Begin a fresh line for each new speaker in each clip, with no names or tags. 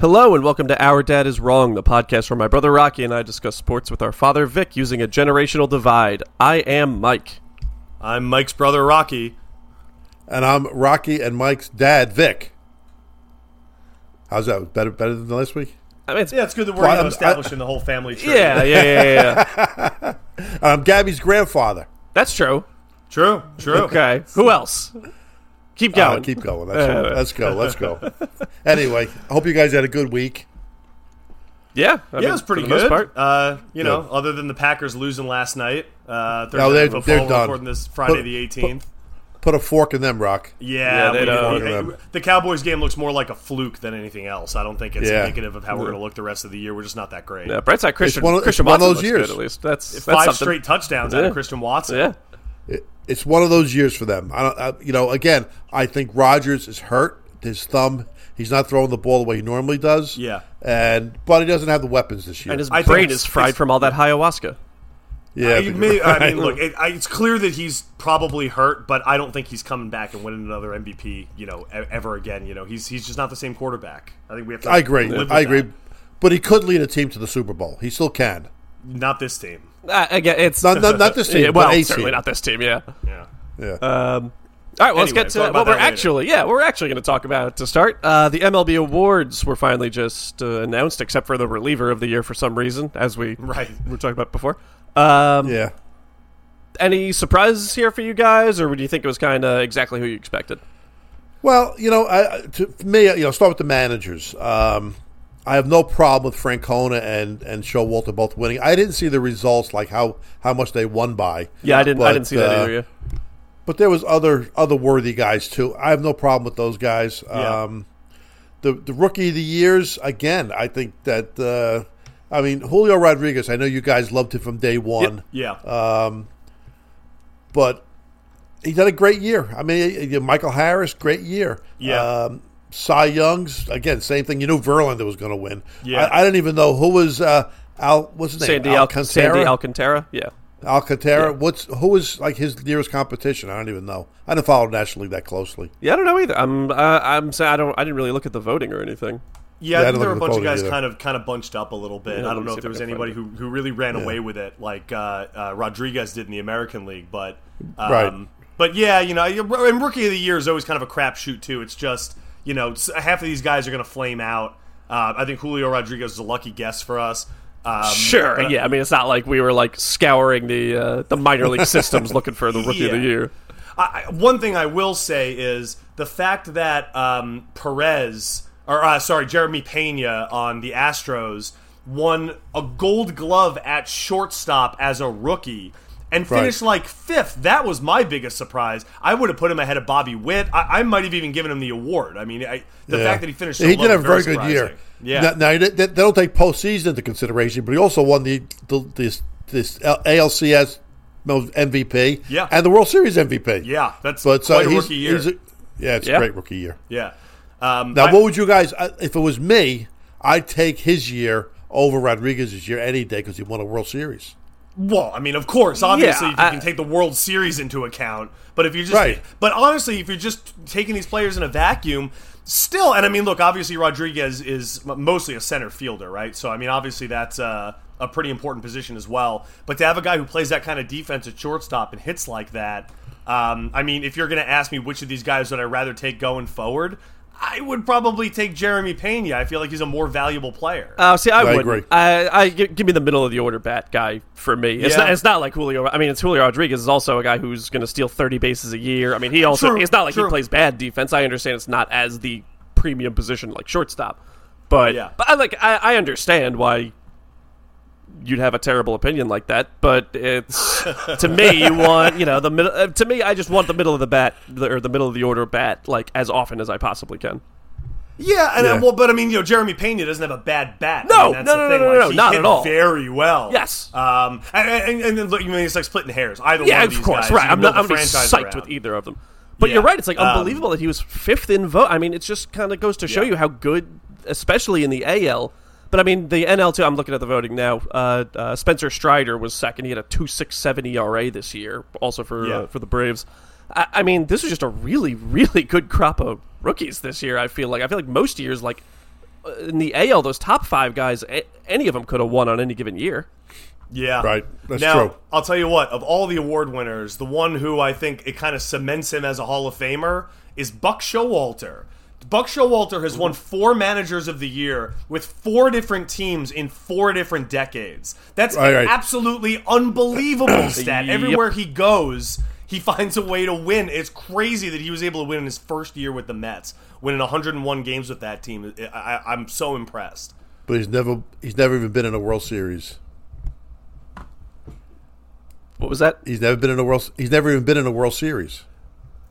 Hello and welcome to Our Dad is Wrong, the podcast where my brother Rocky and I discuss sports with our father Vic using a generational divide. I am Mike.
I'm Mike's brother Rocky.
And I'm Rocky and Mike's dad, Vic. How's that? Better better than last week?
I mean, it's,
Yeah, it's good that we're
Well,
you know,
I'm-
establishing the whole family tree.
yeah, yeah, yeah, yeah, yeah.
And I'm Um, Gabby's grandfather. Ah,
That's true.
True, true.
Okay, who else? Keep
Uh,
going.
keep going. That's all. Let's go. Let's go. Anyway, I hope you guys had a good week.
Yeah, I
Yeah,
mean,
it's pretty
for the
good.
Most part.
Uh, you know,
Good.
other than the Packers losing last night, uh, Thursday
No,
Night
they're-
football,
they're
we're
done.
recording this Friday
Put-
the 18th.
Put a fork in them, Rock.
yeah,
Yeah, they
we-
don't-
we- we- the Cowboys game looks more like a fluke than anything else. I don't think it's
Yeah.
indicative of how we're going to look the rest of the year. We're just not that great.
yeah, bright side Christian.
one of- it's
Christian
one of
Watson
those
looks
years.
good, at least. That's, that's
Five
something.
straight touchdowns out
Yeah.
of Christian Watson.
Yeah,
It, it's one of those years for them. I don't, I, you know, again, I think Rogers is hurt. His thumb. He's not throwing the ball the way he normally does.
Yeah.
And but he doesn't have the weapons this year.
and his
I think
brain
it's-
is fried from all that ayahuasca.
yeah.
You may- I mean, look, it, I, it's clear that he's probably hurt, but I don't think he's coming back and winning another MVP, you know, e- ever again. You know, he's he's just not the same quarterback. I think we have to.
I agree.
live with
I agree.
that.
But he could lead a team to the Super Bowl. He still can.
Not this team.
Uh, again, it's
Not, not, not this team.
yeah, well,
but a
certainly
team.
not this team. Yeah.
Yeah.
Yeah.
Uh,
All right, well, let's get
Anyway, talk
to
about
what
that
we're
later.
actually, yeah, what we're actually going to talk about to start. Uh, the MLB awards were finally just uh, announced, except for the reliever of the year for some reason, as we
Right.
were talking about before. Um,
yeah.
Any surprises here for you guys, or do you think it was kind of exactly who you expected?
Well, you know, I, I- to, for me, you know, start with the managers. Um, I have no problem with Francona and and Showalter both winning. I didn't see the results, like how how much they won by.
Yeah, I didn't, I
But,
didn't see that
uh,
either. Yeah.
But there was other other worthy guys too. I have no problem with those guys.
Yeah.
Um, the the rookie of the years again. I think that uh, I mean Julio Rodriguez. I know you guys loved him from day one.
Yeah.
but he's had a great year. I mean, uh, Michael Harris, great year.
Yeah.
Um, Cy Young's again, same thing. You knew Verlander was going to win.
Yeah.
I, I didn't even know who was uh, Al. What's his name?
Sandy, Al- Sandy Alcantara. Yeah.
Alcantara. What's who was like his nearest competition? I don't even know. I didn't follow National League that closely.
Yeah, I don't know either. I'm, uh, I'm, sa- I don't, I didn't really look at the voting or anything.
yeah,
I
I think
didn't
there were
look
a
at the
bunch of
voting
guys
either.
kind of kind of bunched up a little bit. I
let
don't
me
know
see
if
if
there
I
was
can find
anybody who, who really ran away with it, like uh, uh, Rodriguez did in the American League. But um,
Right.
But yeah, you know, and rookie of the year is always kind of a crapshoot too. It's just you know s- half of these guys are going to flame out. Uh, I think Julio Rodriguez is a lucky guess for us. Um,
Sure.
but-
yeah. I mean, it's not like we were like scouring the uh, the minor league systems looking for the rookie of the
Yeah.
year.
I, I- one thing I will say is the fact that um, Perez, or uh, sorry, Jeremy Pena on the Astros won a gold glove at shortstop as a rookie and finished like fifth. That was my biggest surprise. I would have put him ahead of Bobby Witt. I, I might have even given him the award. I mean, I, the
Yeah.
fact that he finished so
he
low
did
was
have a very,
very
good year.
surprising. Yeah.
Now, now, they, they don't take postseason into consideration, but he also won the, the this this ALCS most MVP.
Yeah.
And the World Series MVP.
Yeah, that's
But so uh,
quite a
he's,
rookie year.
he's a- yeah, it's
Yeah.
a great rookie year.
yeah. Um,
Now,
I-
what would you guys? I- If it was me, I'd take his year over Rodriguez's year any day because he won a World Series.
Well, I mean, of course, obviously,
Yeah,
if you
I-
can take the World Series into account. But if you're just,
Right.
but honestly, if you're just taking these players in a vacuum, still, and I mean, look, obviously, Rodriguez is m- mostly a center fielder, right? So, I mean, obviously, that's a, a pretty important position as well. But to have a guy who plays that kind of defense at shortstop and hits like that, um, I mean, if you're going to ask me which of these guys would I rather take going forward, I would probably take Jeremy Pena. I feel like he's a more valuable player.
Uh, see, I,
I
would.
agree.
I, I gi- give me the middle of the order bat guy for me. It's
Yeah.
not. It's not like Julio. I mean, it's Julio Rodriguez is also a guy who's going to steal thirty bases a year. I mean, he also.
True,
it's not like he
true.
plays bad defense. I understand it's not as the premium position like shortstop, but
Yeah.
but I like I, I understand why you'd have a terrible opinion like that. But it's to me you want you know the middle. Uh, to me, I just want the middle of the bat the, or the middle of the order bat like as often as I possibly can.
Yeah, and uh,
Yeah.
well, but I mean, you know, Jeremy Pena doesn't have a bad bat.
No,
I mean, that's
no,
the
no, no,
thing.
no,
like,
no,
he
not
hit
at all.
Very well.
Yes.
Um, and, and, and then look, you mean it's like splitting hairs. Either
Yeah,
one
of
of these
course,
guys, you
right.
can
I'm
build
not.
a
I'm not
franchise
psyched
around.
with either of them. But
Yeah.
you're right. It's like
Um,
unbelievable that he was fifth in vote. I mean, it's just kind of goes to show
Yeah.
you how good, especially in the AL. But I mean, the NL too. I'm looking at the voting now. Uh, uh, Spencer Strider was second. He had a 2.67 ERA E this year, also for
Yeah.
uh, for the Braves. I, I mean, this was just a really, really good crop of rookies this year. I feel like I feel like most years, like in the AL, those top five guys, a- any of them could have won on any given year.
Yeah.
Right. That's
now,
true.
I'll tell you what, of all the award winners, the one who I think it kind of cements him as a Hall of Famer is Buck Showalter. Buck Showalter has won four managers of the year with four different teams in four different decades. That's
Right, right.
absolutely unbelievable stat.
Yep.
Everywhere he goes, he finds a way to win. It's crazy that he was able to win in his first year with the Mets, winning 101 games with that team. I, I, I'm so impressed.
but he's never he's never even been in a World Series.
What was that?
He's never been in a World. He's never even been in a World Series.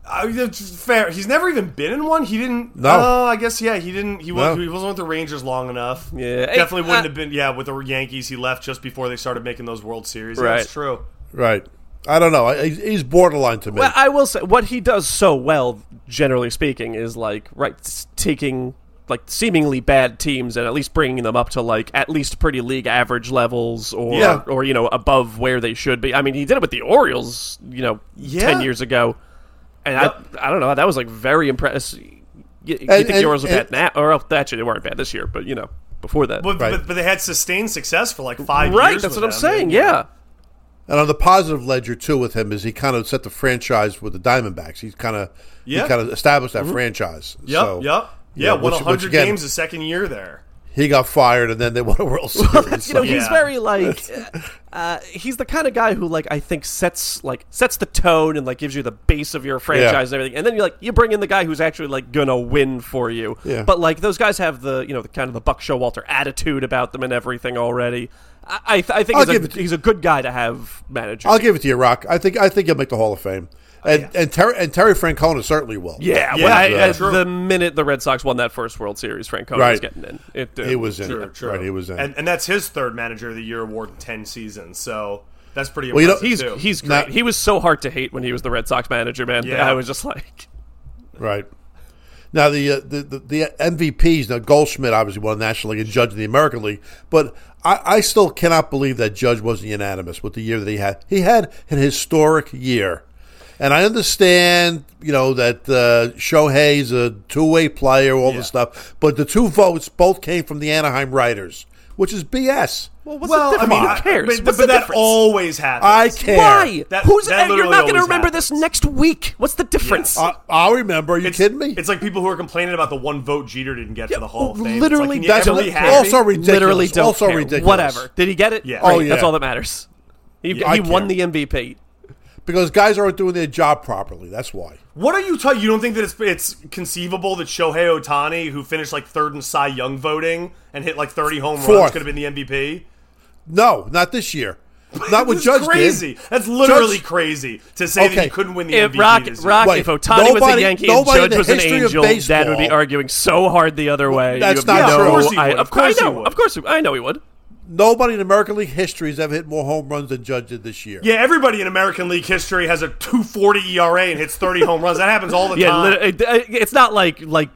I mean, that's fair. He's never even been in one. He didn't.
No.
Oh, I guess yeah. He didn't. He, was,
No.
he wasn't with the Rangers long enough.
Yeah.
definitely
Hey, uh,
wouldn't
I-
have been. Yeah, with the Yankees, he left just before they started making those World Series. Yeah,
Right.
That's true.
Right. I don't know. I, he's- he's borderline to me.
But I will say what he does so well, generally speaking, is like right s- taking like seemingly bad teams and at least bringing them up to like at least pretty league average levels or
Yeah.
or you know above where they should be. I mean, he did it with the Orioles, you know,
Yeah.
ten years ago, and
Yep.
I I don't know that was like very impressive. You, you think
and-
the Orioles were
and-
bad now, or else that year they weren't bad this year, but you know before that,
But,
Right.
but, but they had sustained success for like five
right?
years.
That's
with
what I'm
them.
saying. Yeah,
And on the positive ledger too with him is he kind of set the franchise with the Diamondbacks. He's kind of
Yeah. Mm-hmm.
he kind of established that franchise.
Yep.
So,
yep. Yeah. won
which- which
100
again-
games the second year there.
He got fired and then they won a World Series.
you know
So-
he's
Yeah.
very like uh, he's the kind of guy who like i think sets like sets the tone and like gives you the base of your franchise and everything and then you like you bring in the guy who's actually like gonna win for you
Yeah.
but like those guys have the you know the kind of the buck showalter attitude about them and everything already i, I, th- I think
I'll
he's
give
a,
it to-
he's a good guy to have manager
I'll give it to you, Rock. I think I think he'll make the Hall of Fame. And and Terry and Terry Francona certainly will.
yeah,
Oh, Yeah,
when I-
yeah,
uh,
true.
the minute the Red Sox won that first World Series, Francona was
Right.
getting in. It, uh,
He was in.
True. True.
Right, he was in.
And, and that's his third manager of the year award in 10 seasons. So that's pretty
you know-
impressive
He's
too.
he's great.
Now-
he was so hard to hate when he was the Red Sox manager, man.
Yeah.
I was just like,
Right. Now the, uh, the the the MVPs. Now Goldschmidt obviously won the National League and Judge in the American League, but I, I still cannot believe that Judge wasn't unanimous with the year that he had. He had an historic year, and I understand you know that uh, Shohei's a two way player, all
Yeah.
this stuff, but the two votes both came from the Anaheim Writers, which is BS.
well, what's
well,
the
I
difference?
mean,
Who cares?
But,
What's
but
the
that
difference?
always happens.
I care.
Why?
That-
Who's
that
and you're
literally
not going to
always
remember
happens.
this next week? What's the difference?
I, I'll remember. Are you
It's-
kidding me?
It's like people who are complaining about the one vote Jeter didn't get for the Hall of Fame.
literally,
it's like,
that's Oh,
can you
don't
ever be
care.
happy?
Also ridiculous.
Literally, don't
Also
care.
ridiculous.
Whatever. Did he get it?
Yeah.
Great.
Oh, yeah.
That's all that matters. He,
Yeah,
he
I
won the
care.
MVP.
because guys aren't doing their job properly. That's why.
What are you talking? You don't think that it's it's conceivable that Shohei Otani, who finished like third in Cy Young voting and hit like thirty home runs,
Fourth.
could have been the MVP?
No, not this year. Not
This
what
is
Judge
crazy.
did.
That's literally
Judge-
crazy to say that
Okay.
he couldn't win the
If
MVP.
Rock,
this year.
Rock,
Wait,
if Otani was a
nobody-
Yankee and
nobody in
Judge
the
was an
history of
angel, Dad would be
baseball-
arguing so hard the other way.
that's
You have
not
no-
true. Of course
he
"Oh, I,
would.
of course, I
Of course
know.
he
Of course, he- I know he would.
Nobody in American League history has ever hit more home runs than Judge did this year.
yeah, everybody in American League history has a two forty ERA and hits thirty home runs. That happens all the
Yeah,
time.
lit- it- it- it's not like like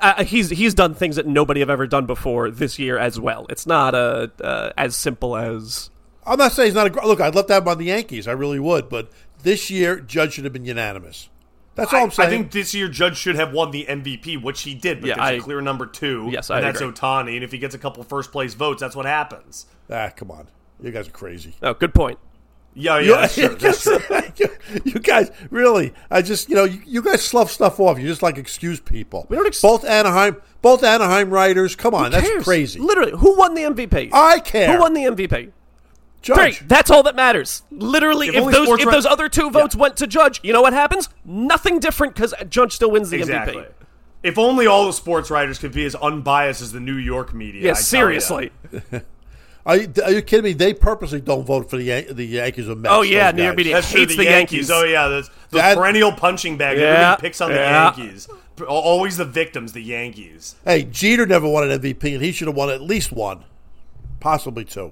uh, he's he's done things that nobody have ever done before this year as well. It's not uh, uh, as simple as
I'm not saying he's not a gr- look. I'd love to have him on the Yankees. I really would. But this year, Judge should have been unanimous. That's all I, am
I
saying.
think this year Judge should have won the MVP, which he did, but
Yeah,
there's a
I-
clear number two.
Yes,
and
I
that's
agree.
Otani. And if he gets a couple first place votes, that's what happens.
ah, come on, you guys are crazy.
oh, good point.
Yeah, yeah, that's true. That's true.
you, you guys really. I just you know you, you guys slough stuff off. You just like excuse people. We
don't ex-
both Anaheim, both Anaheim writers. Come on, that's
cares?
crazy.
Literally, who won the MVP?
I care.
Who won the MVP?
Judge.
Great. That's all that matters. Literally, if,
only
those
sports
if
ra-
those other two votes went to Judge, you know what happens? Nothing different because Judge still wins the
Exactly.
MVP.
If only all the sports writers could be as unbiased as the New York media.
Yeah,
I tell ya.
seriously.
Are you, are you kidding me? They purposely don't vote for the Yan- the Yankees or Mets.
Oh yeah,
those
New York
guys.
media
That's true.
hates
The,
the
Yankees.
Yankees.
Oh yeah, those, those
That-
perennial punching bag. that
Yeah,
Everybody picks on
yeah.
the Yankees. P- Always the victims, the Yankees.
Hey, Jeter never won an MVP, and he should have won at least one, possibly two.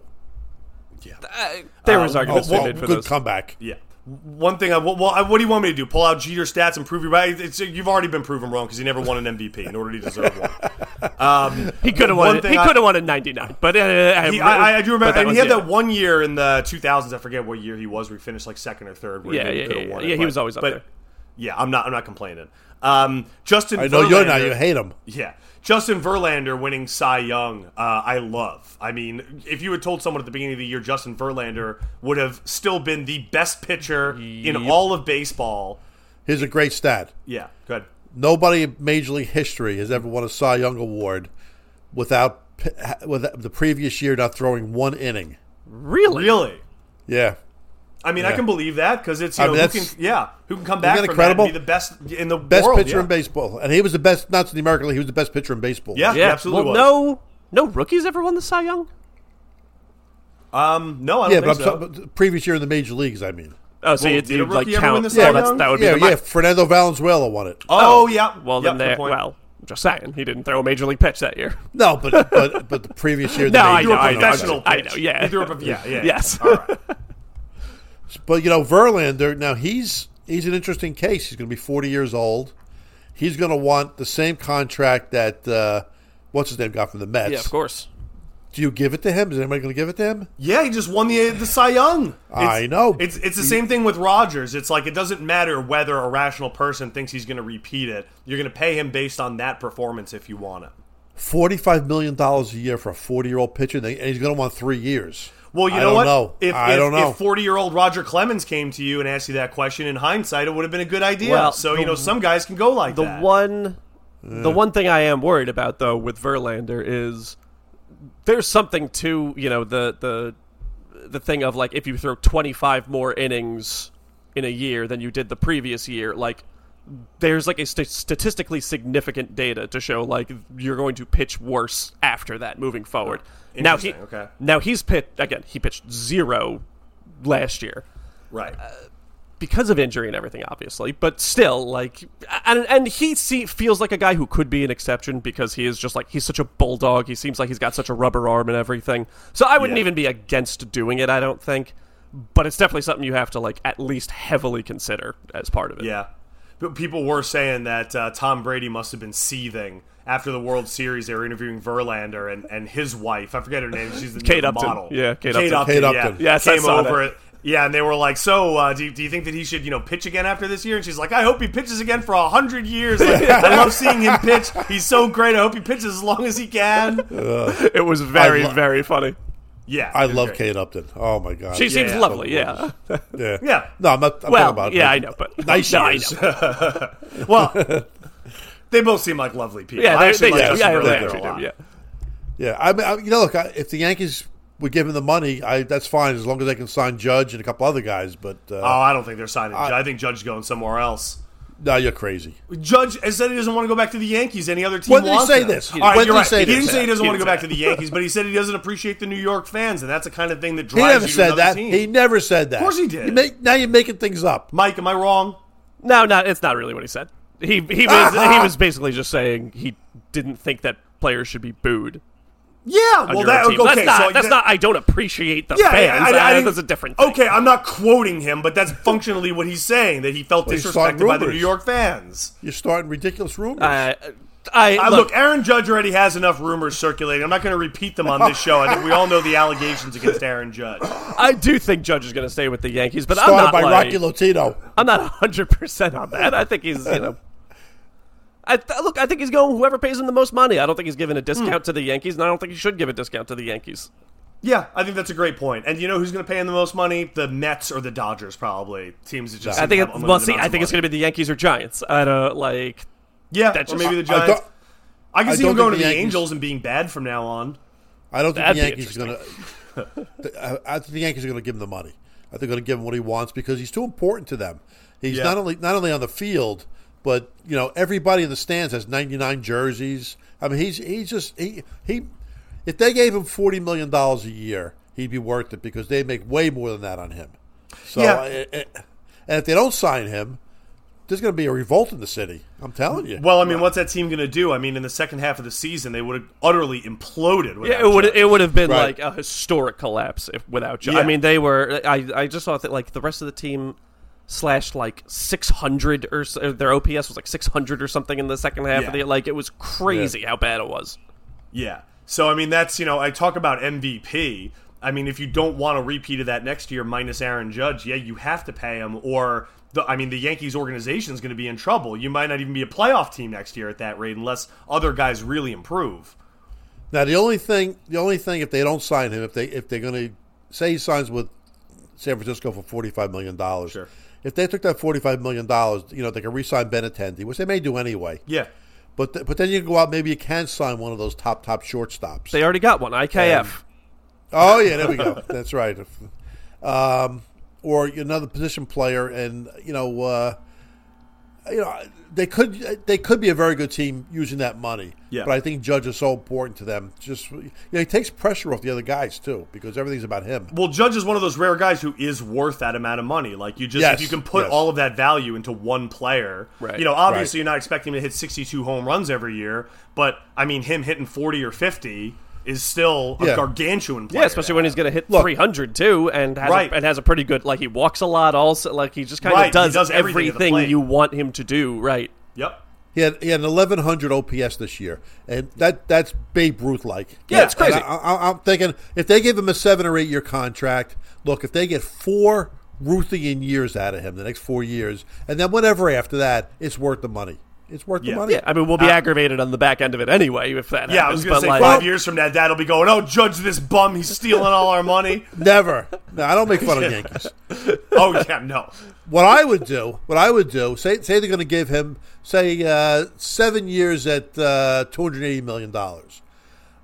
Uh, um,
There was
Oh,
arguments to be
well,
made for
good
those.
comeback.
Yeah. One thing I well, I, what do you want me to do? Pull out Jeter stats and prove you right? It's, you've already been proven wrong because he never won an MVP, nor did he deserve one.
He could have
One
won. it-
thing
He
I-
could have won in '99, but uh, I,
He, I, I- I do
but
remember. And
was
he had
the-
that one year in the 2000s. I forget what year he was. Where he finished like second or third. Where
Yeah,
he maybe
yeah,
could've
yeah,
won
yeah.
it,
Yeah, he
but-
was always up
but-
there.
Yeah, I'm not. I'm not complaining. Um, Justin.
I know you're
Verlander-
not. You hate him.
Yeah, Justin Verlander winning Cy Young, uh, I love. I mean, if you had told someone at the beginning of the year Justin Verlander would have still been the best pitcher in all of baseball,
Here's a great stat.
yeah, good.
Nobody in Major League history has ever won a Cy Young award without p- ha- with the previous year not throwing one inning.
Really?
Really?
Yeah,
I mean, I
Yeah.
can believe that because it's you
I
know
mean,
who can
that's-
yeah who can come back
that
from that and
incredible?
be the best in the
best
world,
pitcher
yeah.
in baseball, and he was the best. Not in the American League, he was the best pitcher in baseball.
Yeah, he
Yeah. well,
absolutely. was.
no, no rookies ever won the Cy Young.
Um, no, I don't
yeah,
think
but I'm
so.
talking about the previous year in the major leagues. I mean,
Oh, so
Well,
you
did a
you'd, like
rookie ever win
count?
the Cy
yeah, that's,
Young?
that would
yeah,
be the
yeah.
mic.
Fernando Valenzuela won it.
oh, yeah.
Well,
yeah,
then
good
there.
point.
Well, just saying, he didn't throw a major league pitch that year.
No, but but but the previous year, in the
No, I
major
know, I
league,
know,
no,
professional.
I
pitch.
know, yeah.
He threw up a- yeah, yeah.
Yes.
All right.
But you know, Verlander. Now he's he's an interesting case. He's going to be forty years old. He's going to want the same contract that uh, what's his name got from the Mets.
Yeah, of course.
Do you give it to him? Is anybody going to give it to him?
Yeah, he just won the the Cy Young.
I know.
It's it's the same thing with Rogers. It's like it doesn't matter whether a rational person thinks he's going to repeat it. You're going to pay him based on that performance if you want it.
Forty-five million dollars a year for a forty-year-old pitcher, and they- and he's going to want three years.
Well, you
I
know
don't
what?
Know.
If
I
if,
don't know.
if forty year old Roger Clemens came to you and asked you that question, in hindsight, it would have been a good idea.
Well,
so
the-
you know, some guys can go like
The
that.
one, the one thing I am worried about though with Verlander is there's something to you know the the the thing of like if you throw 25 more innings in a year than you did the previous year, like there's like a st- statistically significant data to show like you're going to pitch worse after that moving forward. Now he
Interesting, okay.
now he's pitched again. He pitched zero last year.
right?
because of injury and everything, obviously. But still, like, and and he see, feels like a guy who could be an exception because he is just like he's such a bulldog. He seems like he's got such a rubber arm and everything. So I wouldn't
Yeah.
even be against doing it. I don't think, but it's definitely something you have to like at least heavily consider as part of it.
Yeah. But people were saying that uh, Tom Brady must have been seething after the World Series. They were interviewing Verlander and, and his wife. I forget her name. She's the
Kate
the
Upton.
model.
Yeah, Kate Upton.
Kate Upton.
Kate
yeah.
Upton.
Yes, I
came
saw
over.
that.
it- Yeah, and they were like, "So, uh, do, do you think that he should, you know, pitch again after this year?" And she's like, "I hope he pitches again for a hundred years. Like, I love seeing him pitch. He's so great. I hope he pitches as long as he can."
It was very
I lo-
very funny.
Yeah,
I
it was
love
great.
Kate Upton. Oh my god,
She seems
yeah.
lovely. Yeah.
yeah.
Yeah.
No, I'm not. I'm
Well,
talking about
yeah,
like,
I know, but-
nice
No, I
years.
Well, they both seem like lovely people.
Yeah,
I
they,
actually
they,
like
do.
Justin
yeah, they
Verlander
actually
a
do.
lot.
Yeah.
Yeah, I mean, I, you know, look, I, if the Yankees would give him the money, I, that's fine as long as they can sign Judge and a couple other guys. But uh,
Oh, I don't think they're signing. Judge. I think Judge's going somewhere else.
no, you're crazy.
Judge has said he doesn't want to go back to the Yankees. Any other team?
When did he
wants
say
him.
this?
All right,
When
you're
did he
right.
say
He
this?
didn't say he doesn't
He
want to go
didn't
back to the Yankees, but he said he doesn't appreciate the New York fans, and that's the kind of thing that
He
drives
never
you to
said
another
that.
team.
He never said that. Of
course he did.
now you're making things up.
Mike, am I wrong?
No, no, it's not really what he said. He he was
Uh-huh.
he was basically just saying he didn't think that players should be booed.
Yeah. Well,
your
that
team.
okay.
that's not.
so
that's
that-
not. I don't appreciate the
Yeah,
fans.
I, I, I,
Uh,
didn't- Oh,
that's a different. Thing.
Okay, I'm not quoting him, but that's functionally what he's saying that he felt
he's starting
disrespected by the
rumors.
New York fans.
You're starting ridiculous rumors.
Uh, I,
I,
look.
look, Aaron Judge already has enough rumors circulating. I'm not going to repeat them on this show. I think we all know the allegations against Aaron Judge.
I do think Judge is going to stay with the Yankees, but I'm
started
not.
by
like,
Rocky Lotito.
I'm not 100 percent on that. I think he's you know. I th- look. I think he's going whoever pays him the most money. I don't think he's giving a discount
Hmm.
to the Yankees, and I don't think he should give a discount to the Yankees.
Yeah, I think that's a great point. And you know who's going to pay him the most money? The Mets or the Dodgers, probably teams that just.
I
seem
think.
to
It,
have
well,
unlimited
see, I
amounts of
think it's
money.
going to be the Yankees or Giants. I don't like.
Yeah,
that's
or
just-
maybe the
I- I
Giants.
don't-
I, can
I
see him
don't think
going to
the
the
Yankees-
Angels and being bad from now on.
I don't think
That'd
the
be
Yankees are going to. I I think the Yankees are going to give him the money. I think they're going to give him what he wants because he's too important to them. He's
Yeah.
not only not only on the field, but you know everybody in the stands has 99 jerseys. I mean, he's he's just he he. If they gave him 40 million dollars a year, he'd be worth it because they make way more than that on him. So,
Yeah.
eh, eh, and if they don't sign him, there's going to be a revolt in the city. I'm telling you.
Well, I mean, what's that team going to do? I mean, in the second half of the season, they would have utterly imploded.
Yeah,
without
it would
Judge.
it would have been like
Right.
a historic collapse if without Judge.
Yeah.
I mean, they were. I I just thought that like the rest of the team slashed like 600 or so, their OPS was like 600 or something in the second half of
Yeah.
the like it was crazy how bad it was.
Yeah. So I mean, that's you know, I talk about MVP. I mean, if you don't want a repeat of that next year, minus Aaron Judge, yeah, you have to pay him, or the, I mean, the Yankees organization is going to be in trouble. You might not even be a playoff team next year at that rate unless other guys really improve.
Now the only thing, the only thing, if they don't sign him, if they if they're going to say he signs with San Francisco for forty five million dollars,
Sure.
if they took that forty five million dollars, you know they can re-sign Benatendi, which they may do anyway.
Yeah.
But th- but then you can go out. Maybe you can sign one of those top top shortstops.
They already got one. IKF.
Oh yeah, there we go. That's right. Um, or another position player, and you know, uh, you know, they could they could be a very good team using that money.
Yeah.
But I think Judge is so important to them. Just you know, he takes pressure off the other guys too because everything's about him.
Well, Judge is one of those rare guys who is worth that amount of money. Like you just
Yes,
if you can put
yes.
all of that value into one player.
Right.
You know, obviously
Right.
you're not expecting him to hit 62 home runs every year, but I mean him hitting 40 or 50 is still a
Yeah.
gargantuan player.
Yeah, especially when he's going to hit
Look.
300 too, and has
Right.
a, and has a pretty good like he walks a lot also like he just kind
Right, he
of does,
does everything
everything,
at the plate.
you want him to do. Right.
Yep.
He had, he had an 1100 OPS this year, and that that's Babe Ruth like.
Yeah, it's crazy.
I, I, I'm thinking if they give him a seven or eight year contract, look, if they get four Ruthian years out of him, the next four years, and then whatever after that, it's worth the money. It's worth
Yeah. Uh,
the money.
Yeah, I mean we'll be aggravated on the back end of it anyway if that
Yeah, I
happens.
was going to
but
say
like,
5 years from now dad'll be going, "Oh, judge this bum, he's stealing all our money."
Never. No, I don't make fun of Yankees.
oh yeah, no.
What I would do, what I would do, say say they're going to give him say uh, seven years at uh, two hundred eighty million dollars.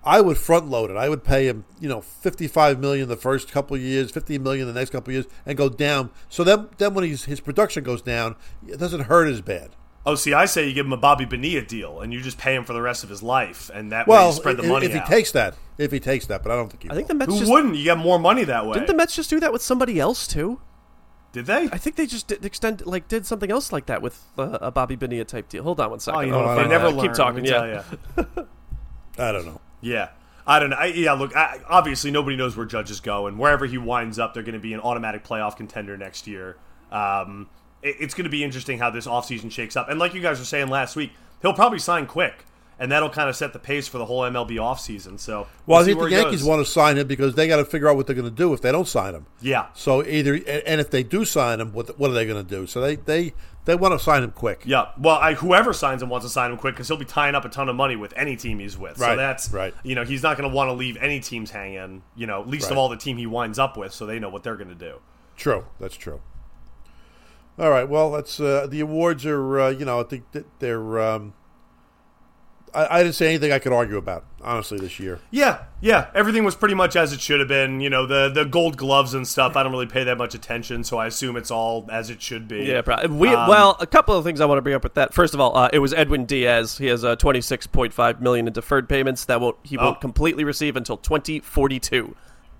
I would front load it. I would pay him, you know, fifty five million the first couple of years, fifty million the next couple of years, and go down. So then, then when he's, his production goes down, it doesn't hurt as bad.
Oh, see, I say you give him a Bobby Bonilla deal and you just pay him for the rest of his life and that way
Well,
you spread the
if,
money
if he
out.
takes that, if he takes that, but I don't think he.
I think the Mets
who
just
wouldn't? You get more money that way.
didn't the Mets just do that with somebody else too.
Did they?
I think they just did extend like did something else like that with uh, a Bobby Bonilla type deal. Hold on one second.
Oh, you know,
Oh,
what?
I
they
don't
never
know.
learn.
Keep talking.
let me tell
Yeah.
ya.
I don't know.
yeah. I don't know. I, yeah, look. I, obviously, nobody knows where judges go, and wherever he winds up, they're going to be an automatic playoff contender next year. Um, it- it's going to be interesting how this offseason shakes up. And like you guys were saying last week, he'll probably sign quick, and that'll kind of set the pace for the whole MLB offseason. So,
Well, I
see
think
where
the
he
Yankees
goes.
want to sign him because they got to figure out what they're going to do if they don't sign him.
Yeah.
So either and and if they do sign him, what what are they going to do? So they they they want to sign him quick.
Yeah. Well, I, whoever signs him wants to sign him quick because he'll be tying up a ton of money with any team he's with. so
Right,
that's
right.
You know, he's not going to want to leave any teams hanging. You know, least of
Right.
all the team he winds up with, so they know what they're going to do.
True, that's true. All right, well, that's uh, the awards are uh, you know I think that they're. Um, I, I didn't say anything I could argue about honestly this year.
Yeah, yeah. Everything was pretty much as it should have been. You know, the the gold gloves and stuff. I don't really pay that much attention, so I assume it's all as it should be. Um,
Yeah, probably. We, well, a couple of things I want to bring up with that. First of all, uh, it was Edwin Diaz. He has uh, 26.5 million in deferred payments that won't he
Oh.
won't completely receive until 2042.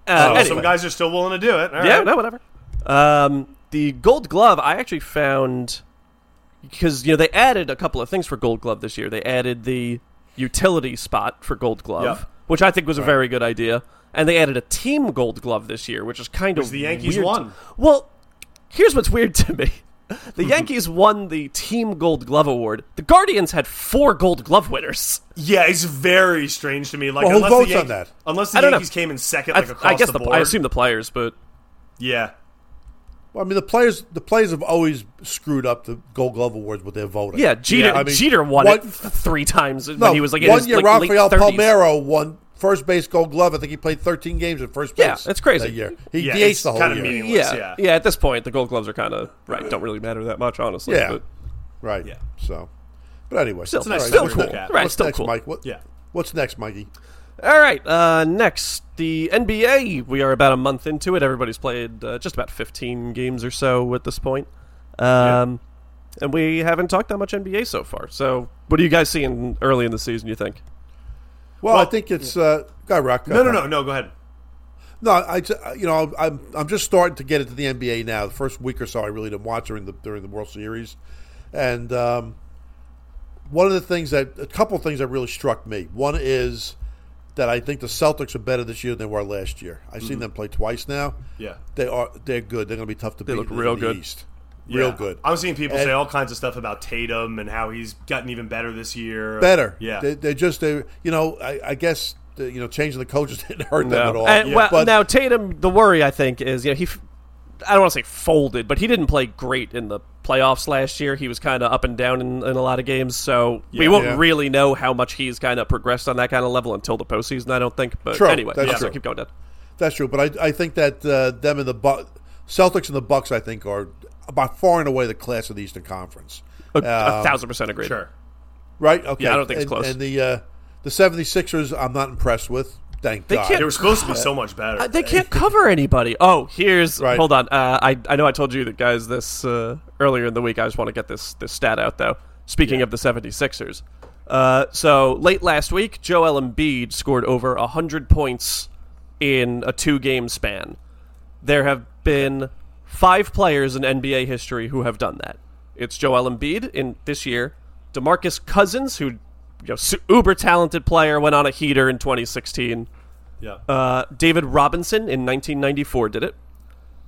Uh,
So
anyway.
some guys are still willing to do it. All
yeah,
right.
no, whatever. Um, the Gold Glove, I actually found because you know they added a couple of things for Gold Glove this year. They added the utility spot for Gold Glove,
Yep.
which I think was a very good idea, and they added a team Gold Glove this year, which is kind of
the Yankees
weird.
won.
Well, here's what's weird to me. The Yankees won the Team Gold Glove award. The Guardians had four Gold Glove winners.
Yeah, it's very strange to me. Like,
Well, Oh, who
unless
votes
the
on
Yankees,
that?
Unless the
I don't know.
Yankees came in second,
I-
like across
I, guess
the board.
I assume the players, but
Yeah,
Well, I mean the players the players have always screwed up the Gold Glove awards with their voting.
yeah, Jeter,
I mean,
Jeter won
one-
it th- three times
No,
when he was like in
one
his,
year
like, late
Rafael
30s.
Palmero won first base Gold Glove. I think he played 13 games at first base.
Yeah, that's crazy.
That year he
yeah.
DH'd
it's
the whole
kind
year.
of meaningless.
Yeah,
yeah.
yeah, At this point, the Gold Gloves are kind of right. Don't really matter that much, honestly.
Yeah.
but-
Right.
Yeah.
So, but anyway,
Still-
all right,
still
what's
cool.
next?
Right,
What's
still
next,
cool.
Mike? What,
Yeah.
What's next, Mikey?
All right. Uh, next, the NBA. We are about a month into it. Everybody's played uh, just about 15 games or so at this point. Um, And we haven't talked that much NBA so far. So, what are you guys seeing early in the season, you think?
Well, I
Well-
think it's uh, Guy Rock.
No, no, no, no. Go ahead.
no. I, ju- you know, I'm I'm just starting to get into the NBA now. The first week or so, I really didn't watch during the during the World Series, and um, one of the things that a couple of things that really struck me. One is that I think the Celtics are better this year than they were last year. I've seen them play twice now.
Yeah.
They are they're good. They're going to be tough to beat.
look
in the-
real
in the
good.
East.
Yeah.
Real good.
I'm seeing people
And-
say all kinds of stuff about Tatum and how he's gotten even better this year.
better.
Yeah.
they, they're just they. You know, I, I guess the, you know changing the coaches didn't hurt them at all.
And, well,
but
now Tatum, the worry I think is you know he. f- I don't want to say folded, but he didn't play great in the playoffs last year. He was kind of up and down in, in a lot of games, so we won't
Yeah.
really know how much he's kind of progressed on that kind of level until the postseason. I don't think. But
True,
anyway,
that's
yeah, so
true.
keep going, Dad.
That's true, but I, I think that uh, them and the Bu- Celtics and the Bucks, I think, are by far and away the class of the Eastern Conference. Um,
A, a thousand percent agree.
Sure.
Right? Okay.
Yeah, I don't think it's
and,
close.
And the uh, the 76ers, I'm not impressed with. Thank
They
God.
can't-
They were supposed to be so much better.
Uh, They can't cover anybody. Oh, here's
Right.
hold on. Uh, I I know I told you that guys this uh, earlier in the week. I just want to get this this stat out though. Speaking of the 76ers. Uh, so late last week, Joel Embiid scored over 100 points in a two game span. There have been five players in NBA history who have done that. It's Joel Embiid in this year, DeMarcus Cousins, who you know, su- uber talented player, went on a heater in 2016.
Yeah.
Uh, David Robinson in 1994 did it.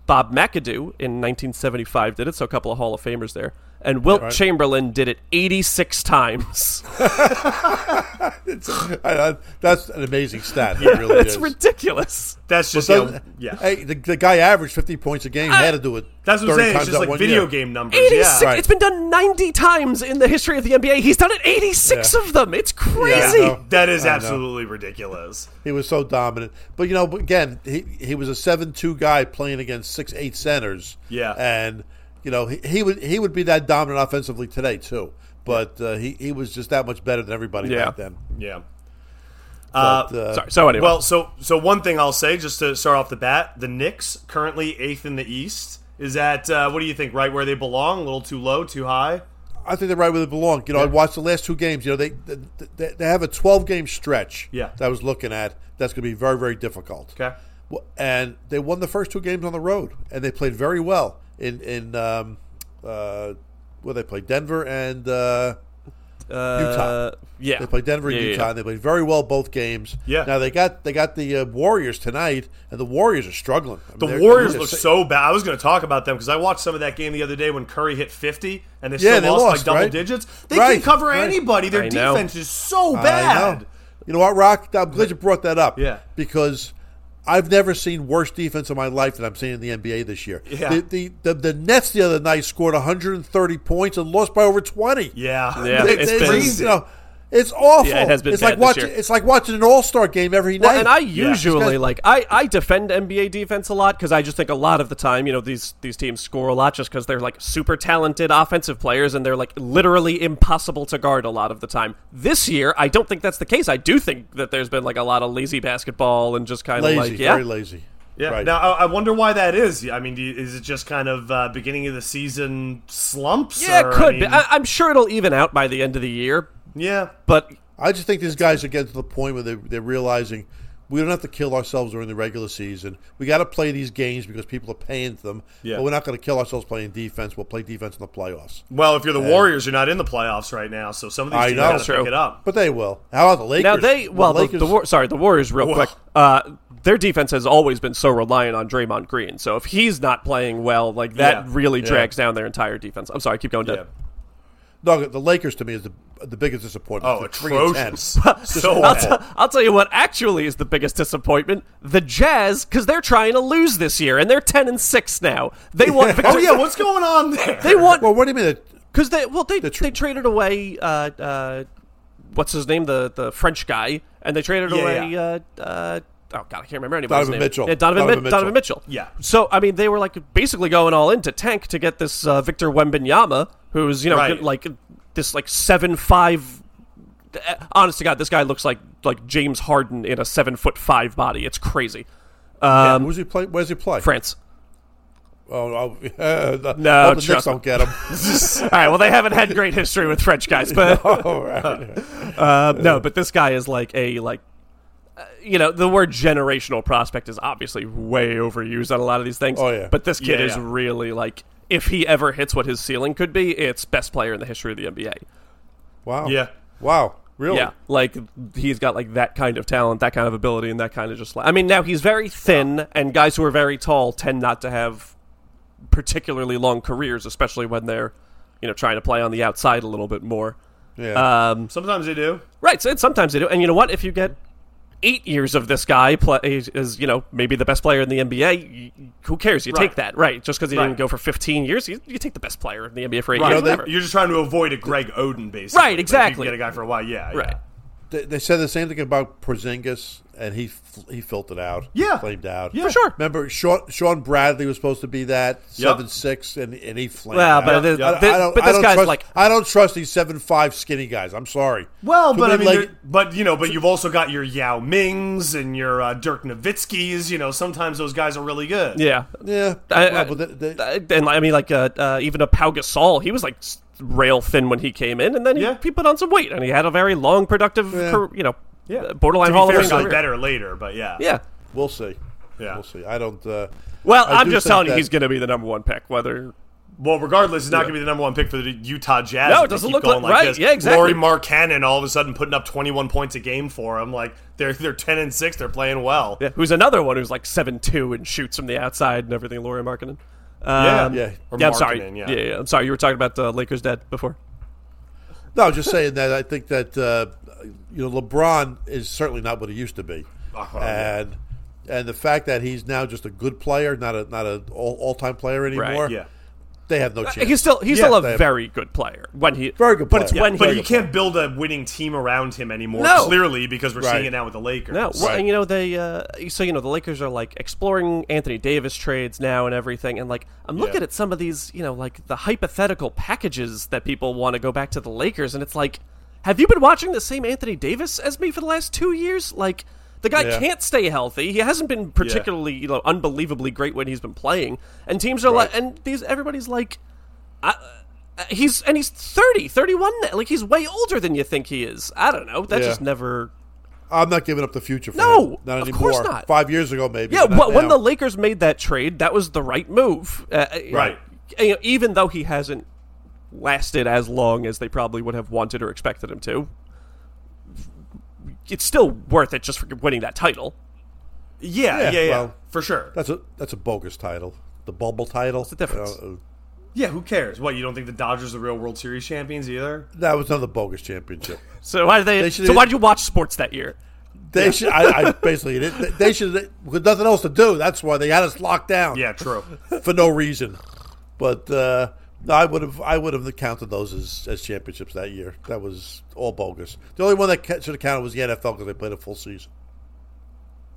Bob McAdoo in 1975 did it, so a couple of Hall of Famers there. And Wilt Chamberlain did it 86 times.
I, I, that's an amazing stat. It really
That's
is.
ridiculous.
That's just you know,
So,
yeah.
Hey, the, the guy averaged 50 points a game. He had to do it.
That's what I'm
30
saying. It's
times
just
that
like
one
video
year.
game numbers.
86.
Yeah.
Right.
It's been done 90 times in the history of the NBA. He's done it 86
Yeah.
of them. It's
Yeah, I
crazy.
know.
That is
I know.
absolutely ridiculous.
He was so dominant. But you know, but again, he he was a seven two guy playing against six eight centers.
Yeah.
and you know he, he would he would be that dominant offensively today too. But uh, he he was just that much better than everybody
Yeah.
back then.
Yeah.
But, uh,
Sorry. So anyway,
Well, so so one thing I'll say just to start off the bat, the Knicks currently eighth in the East. Is that uh, what do you think? Right where they belong? A little too low, too high?
I think they're right where they belong. You know, I watched the last two games. You know, they they, they have a twelve game stretch.
Yeah.
that I was looking at. That's going to be very very difficult.
Okay.
Well, and they won the first two games on the road, and they played very well in in um, uh, where they played Denver and uh, Utah.
yeah.
They played Denver and
Yeah, yeah,
Utah.
yeah.
And they played very well both games.
Yeah.
Now they got they got the uh, Warriors tonight, and the Warriors are struggling. I mean,
The
they're-
Warriors
they're
look
just-
so bad. I was going to talk about them because I watched some of that game the other day when Curry hit 50 and they still
Yeah, they
lost, by
lost,
double
right?
digits. They
Right,
can cover
right.
anybody. Their
I know.
defense is so
I know.
bad.
You know what, Rock? I'm glad you brought that up.
Yeah.
Because I've never seen worse defense in my life than I'm seeing in the NBA this year.
Yeah.
The, the, the, the Nets the other night scored 130 points and lost by over 20.
Yeah.
Yeah.
They-
it's
they-
been-
it's, you know, it's awful.
Yeah, it has been
It's
bad
like
this
watching.
year.
It's like watching an All Star game every night.
Well, and I
these guys-
usually like I, I defend NBA defense a lot because I just think a lot of the time you know these these teams score a lot just because they're like super talented offensive players and they're like literally impossible to guard a lot of the time. This year I don't think that's the case. I do think that there's been like a lot of lazy basketball and just kind of
lazy,
like yeah
very lazy.
Yeah.
Right.
Now I, I wonder why that is. I mean, do you- is it just kind of uh, beginning of the season slumps?
yeah
or,
it could
I
be.
mean-
I, I'm sure it'll even out by the end of the year,
yeah.
but
I just think these guys are getting to the point where they, they're realizing we don't have to kill ourselves during the regular season. We got to play these games because people are paying them.
Yeah.
But we're not going to kill ourselves playing defense. We'll play defense in the playoffs.
Well, if you're the Warriors, you're not in the playoffs right now, so some of these
I
teams
know.
got
That's
to
true.
pick it up.
But they will. How about the Lakers?
Now they well,
the
the,
Lakers.
the war, sorry, the Warriors. Real
Whoa.
quick, uh, their defense has always been so reliant on Draymond Green. So if he's not playing well, like that
Yeah.
really drags down their entire defense. I'm sorry, keep going.
Yeah.
Dad.
no, the Lakers to me is the the biggest disappointment.
Oh,
They're three and ten.
atrocious. so bad.
I'll tell you what actually is the biggest disappointment: the Jazz, because they're trying to lose this year, and they're ten and six now. They want.
Oh yeah, what's going on there?
They want
Well, what do you mean? that-
Because they well they
tr-
they traded away uh, uh, what's his name the the French guy and they traded
Yeah,
away
yeah.
Uh, uh, oh god I can't remember anybody's
Donovan
name
Mitchell.
Yeah, Donovan,
Donovan
Mi- Donovan Mitchell
Yeah.
so I mean they were like basically going all in to tank to get this uh, Victor Wembanyama who's you know
Right.
like this like seven five eh, honest to god this guy looks like like James Harden in a seven foot five body it's crazy
who's he play? Where's he play?
France.
Oh, oh, uh, the,
No,
hope the
trust
Knicks
me.
don't get him.
All right. Well, they haven't had great history with French guys, but
All right.
Um, no, but this guy is like a like, uh, you know, the word generational prospect is obviously way overused on a lot of these things.
Oh, yeah.
But this kid
Yeah,
is
yeah.
really like, if he ever hits what his ceiling could be, it's best player in the history of the NBA.
Wow.
Yeah.
Wow. Really?
Yeah, like he's got like that kind of talent, that kind of ability, and that kind of just. like I mean, now he's very thin, and guys who are very tall tend not to have particularly long careers, especially when they're, you know, trying to play on the outside a little bit more.
Yeah.
Um,
Sometimes they do.
Right. So and sometimes they do. And you know what? If you get eight years of this guy play, is, is you know maybe the best player in the NBA, y- who cares? You
Right.
take that, right? Just because he
Right.
didn't go for 15 years, you, you take the best player in the NBA for eight
Right.
years.
they-
whatever.
You're just trying to avoid a Greg Oden, basically.
Right,
But if you
exactly.
get a guy for a while, yeah. yeah.
right.
They, they said the same thing about Porzingis, and he fl- he filtered out.
Yeah.
flamed out.
Yeah. For
sure.
Remember, Sean, Sean Bradley was supposed to be that
Yep.
seven six, and and he flamed
Well,
out.
but this-
I- I
this-
don't-
but
I
this
don't
guy's
trust-
like-
I don't trust these seven five skinny guys. I'm sorry.
Well,
Too
but I
many
mean,
leg-
there- but you know, but you've also got your Yao Mings and your uh, Dirk Nowitzki's. You know, sometimes those guys are really good.
Yeah.
yeah,
I,
well,
I-
but they- they-
I- and I mean, like uh, uh, even a Pau Gasol, he was like s- rail thin when he came in, and then he,
Yeah.
he put on some weight, and he had a very long, productive,
Yeah.
car- you know,
Yeah.
uh,
To
borderline
be
Hall
fair,
of
he
Fame
got
career.
better later, but yeah,
Yeah.
we'll see.
Yeah.
we'll see. I don't. Uh,
Well,
I
I'm
do
just
think
telling you,
that-
he's going to be the number one pick, whether
Well, regardless, it's not going to be the number one pick for the Utah Jazz.
No,
if
it
they
doesn't
keep
look
going
like- right,
This.
yeah, exactly.
Laurie Markkanen all of a sudden putting up 21 points a game for him. Like they're they're 10 and six. They're playing well.
yeah, who's another one who's like seven two and shoots from the outside and everything. Laurie Markkinen.
yeah.
Um,
Yeah.
Or
yeah, I'm sorry.
Markkanen,
Yeah. yeah, I'm sorry. You were talking about uh, Lakers dead before.
No, I was just saying that I think that uh, you know LeBron is certainly not what he used to be,
Uh-huh, yeah.
and and the fact that he's now just a good player, not a not an all all time player anymore.
yeah.
they have no chance.
He's still he's
Yeah,
still
they-
a very good player when he
Very good
But it's
player.
when
But
he
you can't build a winning team around him anymore.
No.
Clearly, because we're seeing
Right.
it now with the Lakers.
No, well,
Right.
and you know they. Uh, so you know the Lakers are like exploring Anthony Davis trades now and everything, and like I'm looking at some of these, you know, like the hypothetical packages that people want to go back to the Lakers, and it's like, have you been watching the same Anthony Davis as me for the last two years? Like the guy
Yeah.
can't stay healthy. He hasn't been particularly, you know, unbelievably great when he's been playing, and teams are like, and these everybody's like, I. uh, He's and he's 30, 31 now. Like he's way older than you think he is. I don't know. That
Yeah.
just never
I'm not giving up the future. for
No,
him. not
of
anymore.
course not.
Five years ago, maybe.
Yeah,
but not
but when
now.
the Lakers made that trade, that was the right move. Uh,
Right.
you know, even though he hasn't lasted as long as they probably would have wanted or expected him to, it's still worth it just for winning that title.
Yeah, yeah,
Yeah,
yeah,
well,
for sure.
that's a that's a bogus title. The bubble title. Uh, What's
the difference?
Yeah, who cares? What you don't think the Dodgers are the real World Series champions either?
that was another bogus championship.
So why did they?
They should-
so why did you watch sports that year?
They should. I, I basically did. They- They should. With nothing else to do, that's why they had us locked down.
Yeah, true.
for no reason. But uh, no, I would have I would have counted those as, as championships that year. That was all bogus. The only one that ca- should have counted was the NFL because they played a full season.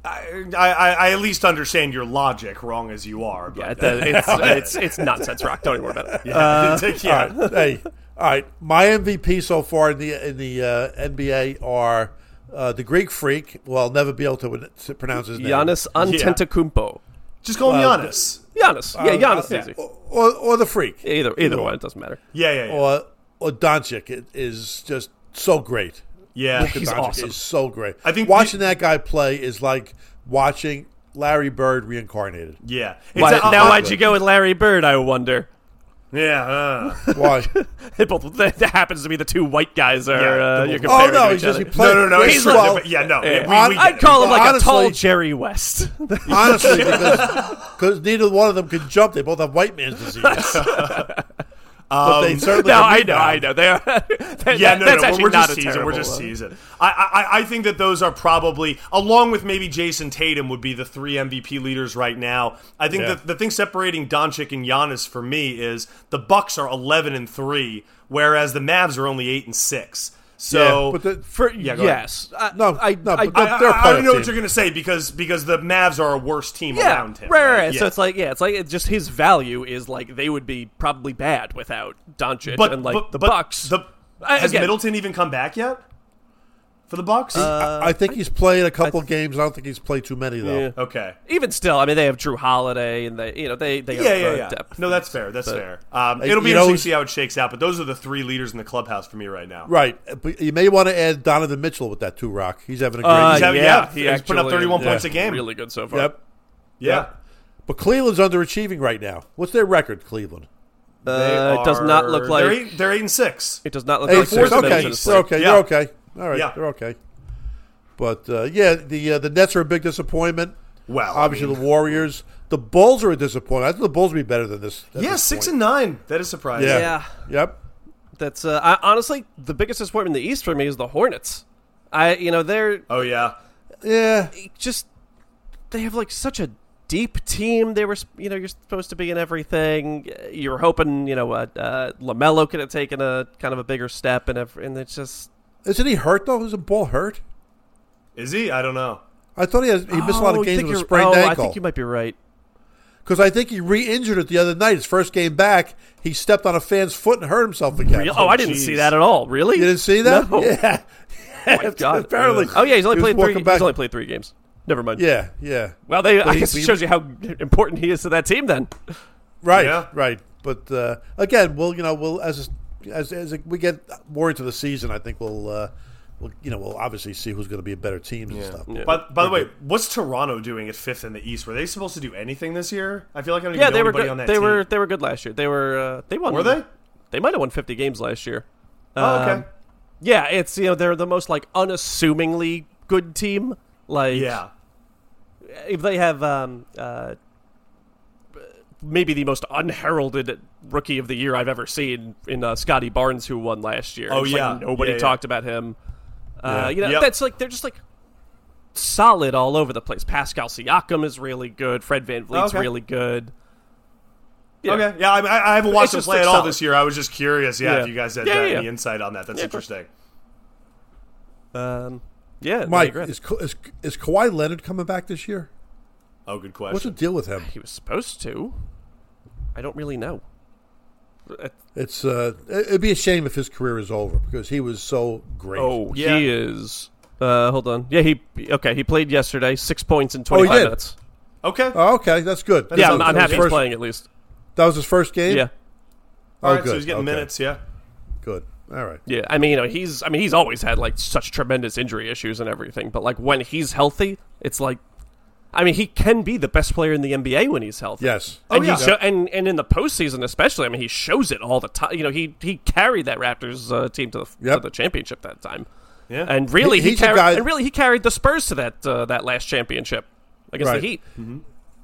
I, I, I at least understand your logic, wrong as you are. But
Yeah, the- it's, it's it's nonsense, Rock. Don't even worry about it.
Yeah,
uh,
yeah.
All right, hey, all right. My MVP so far in the in the uh, NBA are uh, the Greek Freak. Well, I'll never be able to, to pronounce his name.
Giannis Antetokounmpo.
Just call him Giannis.
Giannis, yeah, Giannis. is
Uh,
easy.
or, or, or the Freak,
Either either one, it doesn't matter.
Yeah, yeah, yeah.
or or Doncic i- is just so great.
Yeah.
Luka
He's
Doncic
awesome.
is so great.
I think
watching that guy play is like watching Larry Bird reincarnated.
yeah. It's
Why,
a- uh,
now,
uh,
why'd you go with Larry Bird? I wonder.
Yeah. Uh.
Why?
It both that happens to be the two white guys are
Yeah,
uh,
the
you're
both-
comparing
Oh, no,
to
he's
each
just-
other.
he played-
no, no, no.
He's
He's true.
like-
yeah, no.
Yeah.
we- we,
I'd
get
call
it.
him like
Honestly-
a tall Jerry West.
Honestly, because because neither one of them can jump. They both have white man's disease. but they certainly
no,
can
I know,
rebound.
I know. They are. that-
Yeah,
that-
no,
that's
no,
actually
we're, we're
not
just
a
teasing. We're
terrible uh,
just
one.
teasing. I, I, I think that those are probably, along with maybe Jason Tatum, would be the three MVP leaders right now. I think
Yeah.
that the thing separating Doncic and Giannis for me is the Bucks are eleven and three, whereas the Mavs are only eight and six. So.
Yeah, but the,
For,
go ahead.
yes, uh, I,
No,
I,
no,
I,
but
I-
that-
I,
they're a
I, I don't
playoff
know
team.
what you're gonna say because because the Mavs are a worse team
yeah,
around him.
right, right,
right?
right.
Yeah.
So it's like, yeah, it's like it's just his value is like they would be probably bad without Doncic
but
and like
but-
the
but
Bucks.
The,
I-
has
again- Uh,
Middleton even come back yet for the Bucks?
I, I think he's played a couple of games. I don't think he's played too many though.
Yeah.
okay.
Even still, I mean, they have Drew Holiday and they, you know, they they
Yeah,
have
yeah,
uh,
yeah.
depth.
No, that's fair. That's fair. Um,
Hey,
it'll be
you know,
interesting to
it's-
see how it shakes out. But those are the three leaders in the clubhouse for me right now.
Right, but you may want to add Donovan Mitchell with that too. Rock, he's having a great.
Uh,
He's
year.
having- yeah,
he
he's putting up
actually
31
is
points a game.
Really good so far.
Yep.
Yeah.
But Cleveland's underachieving right now. What's their record, Cleveland?
Uh, it does not look like
they're eight, they're eight and six.
it does not look
Eight
like
six.
there's
Okay,
dimensions
they're
left.
okay.
Yeah.
They're okay. All right,
Yeah.
they're okay. But uh, yeah, the uh, the Nets are a big disappointment.
Well, I
obviously the Warriors, the Bulls are a disappointment. I think the Bulls will be better than this. at
Yeah,
this
six
point.
and nine. That is surprising.
yeah.
Yeah.
Yep.
That's uh, I, honestly the biggest disappointment in the East for me is the Hornets. I you know they're
Oh yeah.
Yeah.
just they have like such a deep team they were sp- you know you're supposed to be in everything you were hoping you know uh, uh, Lamelo could have taken a kind of a bigger step and ev- and it's just
Isn't he hurt though? Isn't Ball hurt?
Is he? I don't know.
I thought he, had, he missed a lot
Oh, you
of games
think
with a
you're-
sprained
oh, I
ankle.
think you might be right
Because I think he re-injured it the other night. His first game back, he stepped on a fan's foot and hurt himself again.
Real- oh I didn't
jeez.
see that at all really
You didn't see that?
no.
Yeah.
oh my god
Apparently.
oh yeah he's only
He was
played three
walking back-
he's only played three games never mind
Yeah, yeah.
well they
But
I
he-
guess it
he-
shows you how important he is to that team then
Right,
Yeah.
right. But uh, again, we'll you know we'll as as as we get more into the season, I think we'll uh, we'll you know we'll obviously see who's going to be a better teams and stuff.
Yeah.
By, by the way, what's Toronto doing at fifth in the East? Were they supposed to do anything this year? I feel like I don't even
yeah
know
they were
anybody
good
on that
they
team.
were they were good last year they were uh, they won
Were they?
they might have won 50 games last year
Oh, okay.
Um, Yeah, it's you know they're the most like unassumingly good team. Like
yeah.
if they have um uh maybe the most unheralded rookie of the year I've ever seen in uh, Scotty Barnes who won last year.
Oh,
It's like
yeah.
nobody
Yeah, yeah.
talked about him.
Yeah.
Uh, you know
Yep.
that's like they're just like solid all over the place. Pascal Siakam is really good. Fred Van Vliet's
Oh, Okay.
really good. Yeah.
Okay. Yeah, I, I I haven't watched them
just
play at
looks
all
solid.
this year. I was just curious. Yeah,
Yeah.
if you guys had
Yeah,
uh,
yeah, yeah.
any insight on that, that's
of course.
interesting.
Um, yeah, no, I
Mike,
agree.
is, Ka- is is Kawhi Leonard coming back this year?
Oh, good
What's the
question.
deal with him?
he was supposed to. I don't really know. Uh,
It's uh, it- it'd be a shame if his career is over because he was so great.
Oh,
Yeah.
he is. Uh, hold on. Yeah, he okay. He played yesterday. Six points in twenty five
Oh, did?
minutes.
Okay.
Oh, okay, that's good.
Yeah,
That
I'm,
was-
I'm
that
happy
was his
he's
first-
playing at least.
That was his first game.
Yeah,
Oh,
all right.
good.
So he's getting
Okay.
minutes. Yeah.
Good. All right.
yeah. I mean, you know, he's. I mean, he's always had like such tremendous injury issues and everything. But like when he's healthy, it's like, I mean, he can be the best player in the NBA when he's healthy.
Yes.
And
yeah.
he show, and and in the postseason especially, I mean, he shows it all the time. You know, he he carried that Raptors uh, team to the
Yep.
to the championship that time.
Yeah.
And really,
He-
he,
he's a
carried
guy-
and really he carried the Spurs to that uh, that last championship against
Right.
the Heat.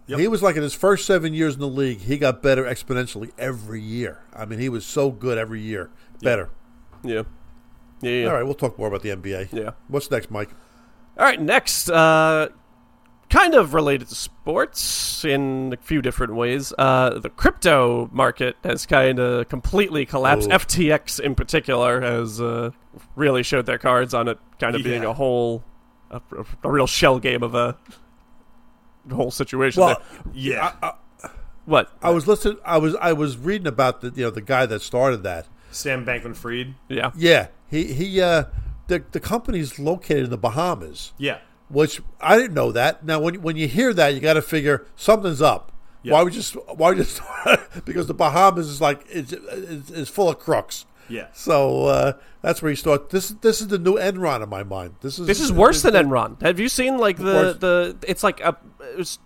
He was like in his first seven years in the league, he got better exponentially every year. I mean, he was so good every year. Better.
Yeah. Yeah. yeah.
All right, we'll talk more about the NBA.
Yeah.
What's next, Mike?
All right, next, uh, kind of related to sports in a few different ways. Uh, the crypto market has kind of completely collapsed.
Ooh.
FTX in particular has uh, really showed their cards on it, kind of being
Yeah.
a whole, a, a real shell game of a whole situation.
Well,
there.
Yeah.
What?
I was listening. I was I was reading about the you know the guy that started that.
Sam Bankman Fried.
Yeah.
Yeah, he he uh, the the company's located in the Bahamas.
Yeah.
which I didn't know that. Now, when when you hear that, you got to figure something's up.
Yeah.
Why would you? s- Why would you? s- because the Bahamas is like it's, it's, it's full of crooks.
Yeah.
So uh, that's where you start. This this is the new Enron in my mind. This is
This is worse than Enron. Have you seen like the
Worse.
the? It's like a. It was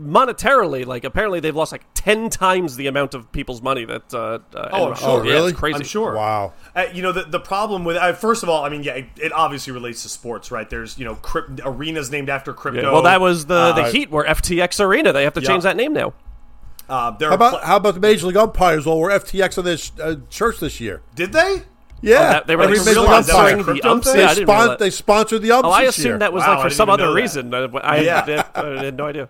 monetarily like apparently they've lost like 10 times the amount of people's money that uh, uh
Oh, I'm
Enron-
sure.
Oh,
yeah,
really?
it's crazy
I'm sure.
Wow.
Uh, you know the the problem with uh, first of all, I mean, yeah, it, it obviously relates to sports, right? There's you know crypt, arenas named after crypto.
Yeah, well that was the
Uh,
the heat were ftx arena they have to
Yeah.
change that name now
Uh, there are
How about
pla-
how about the Major League umpires all were FTX on their sh- uh, shirts this year?
did they?
Yeah,
Oh, that- they were
Every
like
didn't
Major League
realize that was a
sponsoring
umpire.
the
crypto
umps
thing?
yeah, I
They,
didn't
spon-
realize-
they sponsored the umps.
oh i
this year.
assumed that was
Wow,
like
I
for
didn't
some
even
other
know
rotation
that.
I, I,
Yeah.
I, had no idea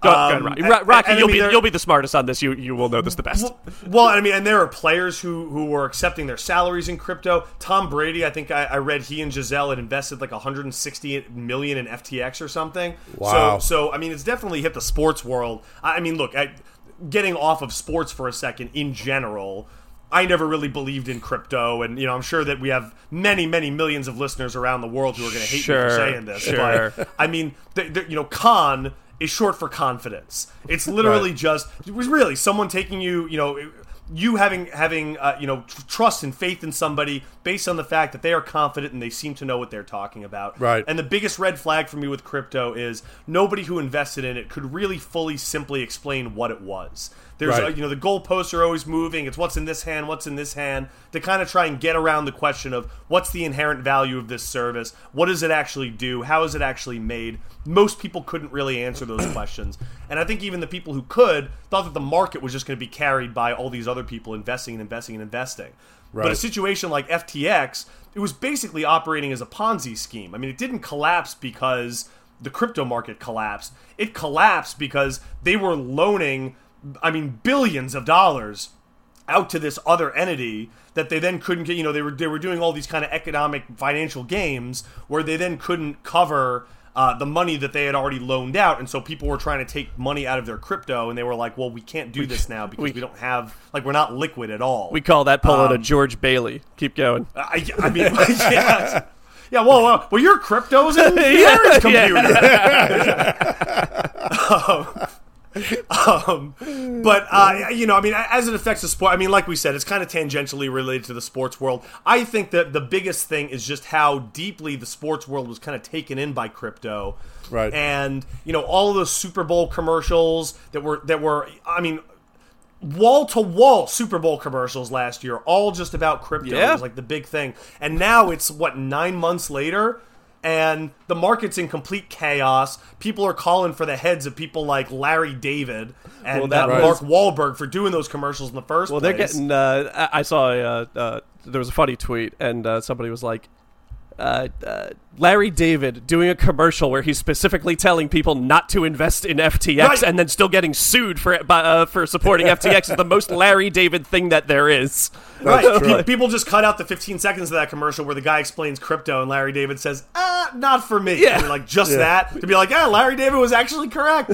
Go, ahead,
Um,
Rocky.
and-
Ro- rocky
and I
you'll
mean,
be
there-
you'll be the smartest on this you you will know this the best
Well, well, I mean, and there are players who who were accepting their salaries in crypto. Tom Brady, I think I, I read he and Giselle had invested like 160 million in FTX or something.
Wow.
So, so I mean, it's definitely hit the sports world. I, I mean, look, I, getting off of sports for a second in general. I never really believed in crypto, and you know I'm sure that we have many, many millions of listeners around the world who are going to hate me
Sure,
for saying this.
sure.
But I mean, th- th- you know, con is short for confidence. It's literally
Right.
just it was really someone taking you, you know, you having having uh, you know tr- trust and faith in somebody based on the fact that they are confident and they seem to know what they're talking about.
Right.
And the biggest red flag for me with crypto is nobody who invested in it could really fully simply explain what it was. There's
Right.
uh, you know the goalposts are always moving. It's what's in this hand, what's in this hand to kind of try and get around the question of what's the inherent value of this service? What does it actually do? How is it actually made? Most people couldn't really answer those questions. And I think even the people who could thought that the market was just going to be carried by all these other people investing and investing and investing. But a
Right.
situation like FTX, it was basically operating as a Ponzi scheme. I mean, it didn't collapse because the crypto market collapsed. It collapsed because they were loaning, I mean, billions of dollars out to this other entity that they then couldn't get. You know, they were they were doing all these kind of economic financial games where they then couldn't cover. Uh, the money that they had already loaned out, and so people were trying to take money out of their crypto, and they were like, "Well, we can't do this now because we, don't have like we're not liquid at all."
We call that pulling
um,
a George Bailey. Keep going.
I, I mean, yeah, yeah. Well, well, well, your crypto's in Karen's computer. um, um, but uh, you know, I mean, as it affects the sport, I mean, like we said, it's kind of tangentially related to the sports world. I think that the biggest thing is just how deeply the sports world was kind of taken in by crypto.
Right.
And you know, all of those Super Bowl commercials that were that were, I mean, wall to wall Super Bowl commercials last year, all just about crypto.
Yeah.
It was like the big thing. And now it's what nine months later, and the market's in complete chaos. People are calling for the heads of people like Larry David and
Well, that
uh, Mark
was-
Wahlberg for doing those commercials in the first
Well, they're
place.
getting. Uh, I I saw. Uh, uh, there was a funny tweet, and uh, somebody was like, uh, uh, "Larry David doing a commercial where he's specifically telling people not to invest in FTX,
Right.
and then still getting sued for by, uh, for supporting FTX is the most Larry David thing that there is."
That's
right.
true.
Pe- People just cut out the 15 seconds of that commercial where the guy explains crypto and Larry David says, ah, not for me.
Yeah.
And like just that to be like, yeah, Larry David was actually correct.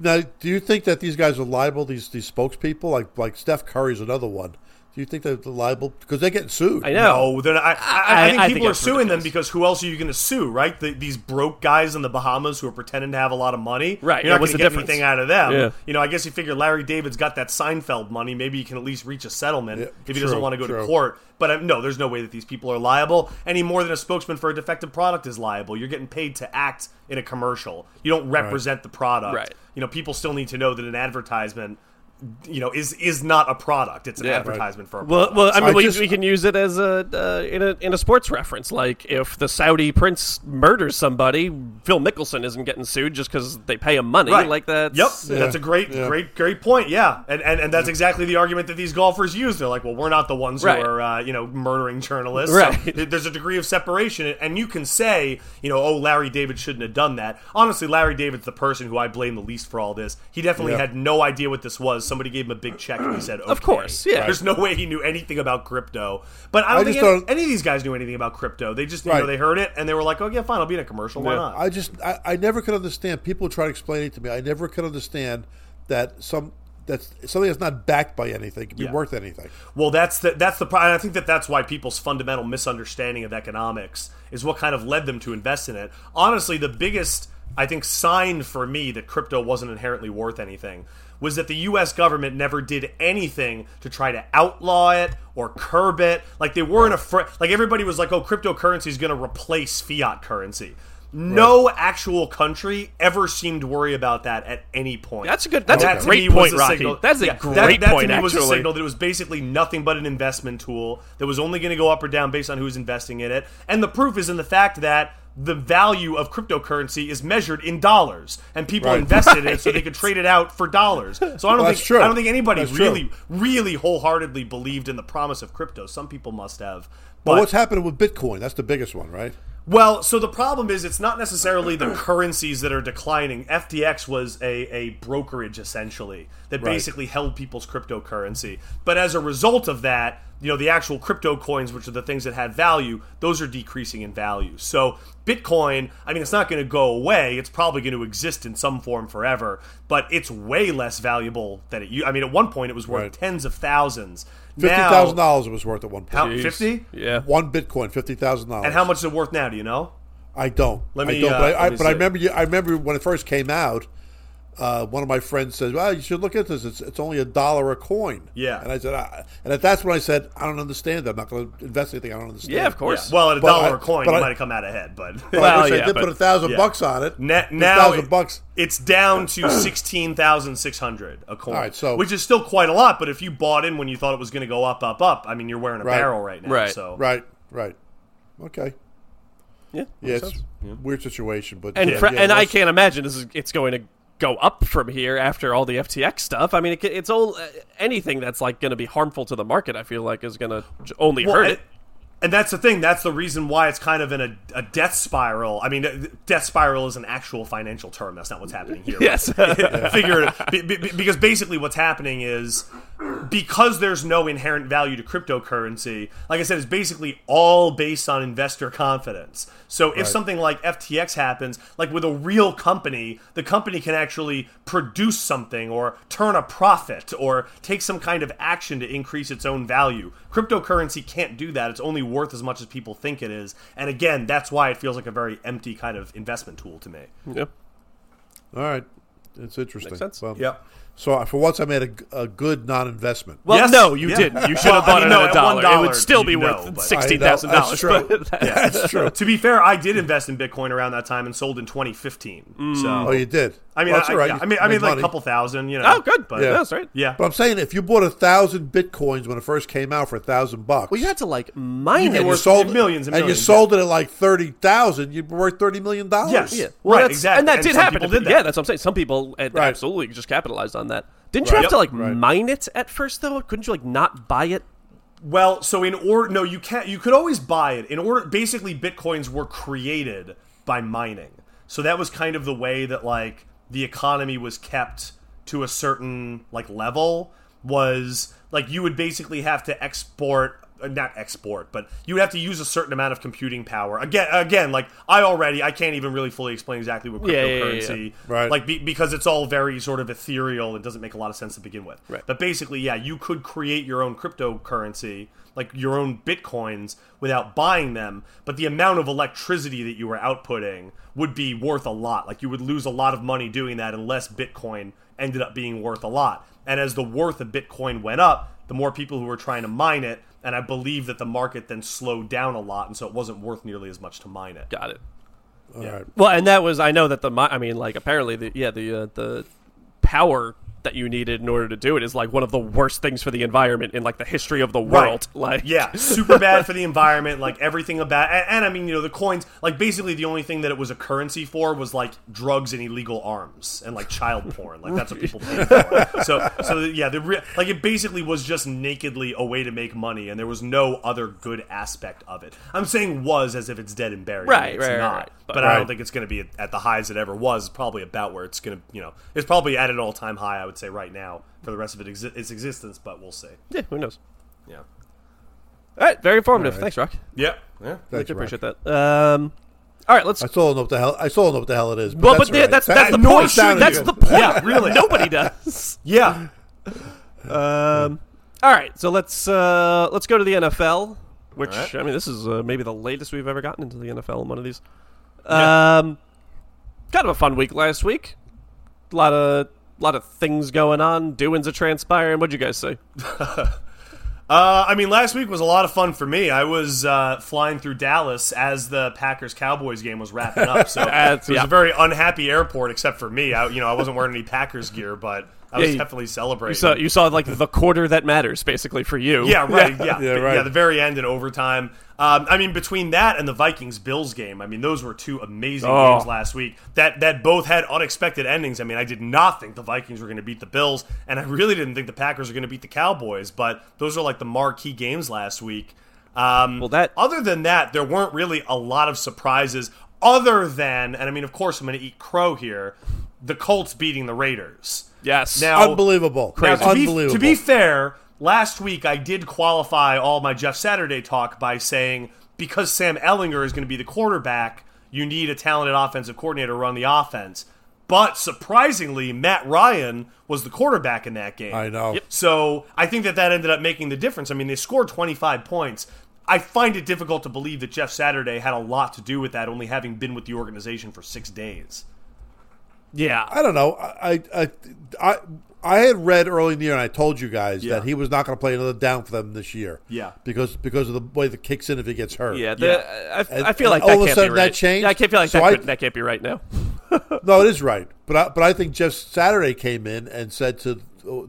Now, do you think that these guys are liable? These these spokespeople, like like Steph Curry's another one. Do you think they're liable because they get sued?
I know.
No, they're not. I, I, I
I-
think
I think
people are
that's
suing them
ridiculous.
because who else are you going to sue, right? The, these broke guys in the Bahamas who are pretending to have a lot of money.
Right,
You're
yeah,
not
what's the
going to get
difference?
anything out of them.
Yeah.
You know, I guess you figure Larry David's got that Seinfeld money. Maybe he can at least reach a settlement
Yeah,
if he doesn't
true,
want to go to
true.
court. But um, no, there's no way that these people are liable any more than a spokesman for a defective product is liable. You're getting paid to act in a commercial. You don't represent the product.
Right.
You know, people still need to know that an advertisement, you know, is is not a product. It's an
Yeah.
advertisement for a product.
Well, well, I mean,
I
we,
just-
we can use it as a uh, in a in a sports reference. Like if the Saudi prince murders somebody, Phil Mickelson isn't getting sued just because they pay him money.
Right.
Like that.
Yep, that's a great,
Yeah.
great, great point. Yeah, and and, and that's exactly the argument that these golfers use. They're like, well, we're not the ones
Right.
who are, uh, you know, murdering journalists.
Right.
So th- there's a degree of separation, and you can say, you know, oh, Larry David shouldn't have done that. Honestly, Larry David's the person who I blame the least for all this. He definitely
Yeah.
had no idea what this was. Somebody gave him a big check, and he said, okay.
Of course, yeah.
There's no way he knew anything about crypto. But I don't
I
think
just
any,
don't-
any of these guys knew anything about crypto. They just, you know,
Right.
they heard it and they were like, oh yeah, fine, I'll be in a commercial. Why
Yeah.
not?
I just I, I never could understand people try to explain it to me. I never could understand that some that's something that's not backed by anything can be
Yeah.
worth anything.
Well, that's the that's the problem. I think that that's why people's fundamental misunderstanding of economics is what kind of led them to invest in it. Honestly, the biggest I think sign for me that crypto wasn't inherently worth anything was that the U.S. government never did anything to try to outlaw it or curb it. Like they weren't afraid. Like everybody was like, "Oh, cryptocurrency is going to replace fiat currency." No actual country ever seemed to worry about that at any point.
That's a good- that's a
That to
great
me was
point,
a
Rocky.
signal-
That's a
yeah, that-
great
that to
point,
me was a
actually.
signal that it was basically nothing but an investment tool that was only going to go up or down based on who's investing in it. And the proof is in the fact that the value of cryptocurrency is measured in dollars, and people
Right.
invested in it so they could trade it out for dollars. So I don't
Well, that's
think
true.
I don't think anybody
That's true.
really, really wholeheartedly believed in the promise of crypto. Some people must have.
But
But
what's happening with Bitcoin? That's the biggest one, right?
well, so the problem is it's not necessarily the currencies that are declining. FTX was a, a brokerage essentially that
Right.
basically held people's cryptocurrency. But as a result of that, you know, the actual crypto coins, which are the things that had value, those are decreasing in value. So Bitcoin, I mean, it's not going to go away. It's probably going to exist in some form forever, but it's way less valuable than it used. I mean, at one point it was worth
Right.
tens of thousands.
Fifty
Now-
thousand dollars it was worth at one
How-
point.
50?
Yeah.
One Bitcoin, fifty thousand dollars.
And how much is it worth now? Do you know?
I don't.
Let me,
I don't,
uh,
but I, I,
let me
but I
see.
remember. You, I remember when it first came out. Uh, one of my friends says, "Well, you should look at this. It's, it's only a dollar a coin."
Yeah.
and I said, I, and at that's when I said, "I don't understand. I'm not going to invest anything. I don't understand."
Yeah, of course.
Yeah. Well, at a
But
dollar
I-
a coin,
but
you
I-
might have come out ahead, but
But
Well,
I wish
yeah,
I did
but-
put a thousand
yeah.
bucks on it.
Na-
Put a
now
thousand
it-
bucks.
It's down to sixteen thousand six hundred a coin,
All right, so-
which is still quite a lot. But if you bought in when you thought it was going to go up, up, up, I mean, you're wearing a
Right.
barrel right now.
Right.
So
Right, right, okay.
Yeah.
Yeah, it's a weird situation, but
And
yeah,
fr-
yeah,
and I
that's-
can't imagine this is it's going to go up from here after all the FTX stuff. I mean, it, ca- it's all uh, anything that's like going to be harmful to the market. I feel like is going to only
Well,
hurt
and-
it.
and that's the thing. That's the reason why it's kind of in a, a death spiral. I mean, uh, death spiral is an actual financial term. That's not what's happening here.
Yes.
figure it be- be- because basically what's happening is because there's no inherent value to cryptocurrency. Like I said, it's basically all based on investor confidence. So if something like FTX happens, like with a real company, the company can actually produce something or turn a profit or take some kind of action to increase its own value. Cryptocurrency can't do that. It's only worth as much as people think it is. And again, that's why it feels like a very empty kind of investment tool to me.
Yep.
All right, it's interesting.
sense.
Well,
Yep.
So I- for once, I made a g- a, good non-investment.
Well,
Yes.
no, you
Yeah.
didn't. You should
Well,
have
I
bought
mean,
it
no,
at
at
a dollar.
$1,
It would still be
you know,
worth
but-
sixteen thousand dollars.
I know, that's
That's true.
To be fair, I did invest in Bitcoin around that time and sold in 2015. So
oh, you did.
I mean,
Well, that's
I,
all right.
yeah,
You
I mean, I
made
mean, like
money.
a couple thousand, you know.
Oh, good.
But,
yeah.
yeah.
That's right.
yeah.
But I'm saying, if you bought a thousand bitcoins when it first came out for a thousand bucks,
Well, you had to like mine
and
it.
you
worth
sold
millions and
and
millions,
you sold it at like thirty thousand, you'd be worth thirty million dollars.
Yes.
Yeah.
Right,
that's-
exactly.
And that
And
did
some
happen.
people
to-
did that.
Yeah, that's what I'm saying. Some people uh,
Right.
absolutely just capitalized on that. Didn't you
Right.
have to
Yep.
like mine it at first though? Couldn't you like not buy it?
Well, so in order, no, you can't. You could always buy it in order. Basically, bitcoins were created by mining, so that was kind of the way that like the economy was kept to a certain like level. Was like you would basically have to export, uh, not export, but you would have to use a certain amount of computing power. Again, again, like I already, I can't even really fully explain exactly what
Yeah, yeah, yeah, yeah.
cryptocurrency
Right.
like be, because it's all very sort of ethereal and doesn't make a lot of sense to begin with
Right.
but basically yeah you could create your own cryptocurrency like your own bitcoins without buying them but the amount of electricity that you were outputting would be worth a lot like you would lose a lot of money doing that unless bitcoin ended up being worth a lot and as the worth of bitcoin went up the more people who were trying to mine it and i believe that the market then slowed down a lot and so it wasn't worth nearly as much to mine it
Got it.
All right.
Well, and that was I know that the mi- I mean like apparently the yeah the uh, the power that you needed in order to do it is like one of the worst things for the environment in like the history of the world. Like
yeah super bad for the environment like everything about and, and i mean you know the coins like basically the only thing that it was a currency for was like drugs and illegal arms and like child porn like that's what people paid for so so yeah the re- like it basically was just nakedly a way to make money and there was no other good aspect of it i'm saying was as if it's dead and buried
Right,
it's
right, right,
not
right.
but i
Right.
don't think it's going to be at, at the highs it ever was It's probably about where it's going to you know it's probably at an all-time high i would say right now for the rest of it exi- its existence but we'll see
Yeah, who knows?
yeah
All right, very informative. Thanks, Rock.
yeah yeah
Much
Thanks, Rock.
appreciate that. Um, all right, let's.
I still don't know what the hell. I still don't know what the hell it is. But
well,
that's
but the-
all right.
that's
That-
that's the
nor
point.
sound
That's
of
the
you.
point.
Yeah, really.
Nobody does.
yeah
Um, all right, so let's uh, let's go to the NFL, which
All right.
I mean, this is uh, maybe the latest we've ever gotten into the NFL in one of these.
Yeah.
Um, kind of a fun week last week. A lot of lot of things going on, doings are transpiring. What'd you guys say?
Uh, I mean, last week was a lot of fun for me. I was uh, flying through Dallas as the Packers Cowboys game was wrapping up, so it
That's-
was
yeah.
a very unhappy airport, except for me. I, you know, I wasn't wearing any Packers gear, but I was
you-
definitely celebrating.
So you saw like the quarter that matters, basically for you.
yeah, right. Yeah, yeah,
Yeah, right.
The very end in overtime. Um, I mean, between that and the Vikings Bills game, I mean, those were two amazing
Oh.
games last week. That that both had unexpected endings. I mean, I did not think the Vikings were going to beat the Bills, and I really didn't think the Packers were going to beat the Cowboys. But those are like the marquee games last week. Um,
Well, that-
other than that, there weren't really a lot of surprises. Other than, and I mean, of course, I'm going to eat crow here. The Colts beating the Raiders.
Yes.
Now,
unbelievable.
now, to, be,
Unbelievable.
to be fair, last week I did qualify all my Jeff Saturday talk by saying because Sam Ellinger is going to be the quarterback, you need a talented offensive coordinator to run the offense. But surprisingly, Matt Ryan was the quarterback in that game.
I know. Yep.
So I think that that ended up making the difference. I mean, they scored 25 points. I find it difficult to believe that Jeff Saturday had a lot to do with that, only having been with the organization for six days.
yeah.
I don't know. I I I, I had read early in the year, and I told you guys
Yeah.
that he was not going to play another down for them this year.
Yeah.
because because of the way the kicks in if he gets hurt.
Yeah, the, I, I
And-
feel like
and
that
all of a
can't
sudden
be
that
right.
changed?
Yeah, I can't feel like
So
that,
I-
could, that can't be right now.
No, it is right. But I, but I think Jeff Saturday came in and said to. oh,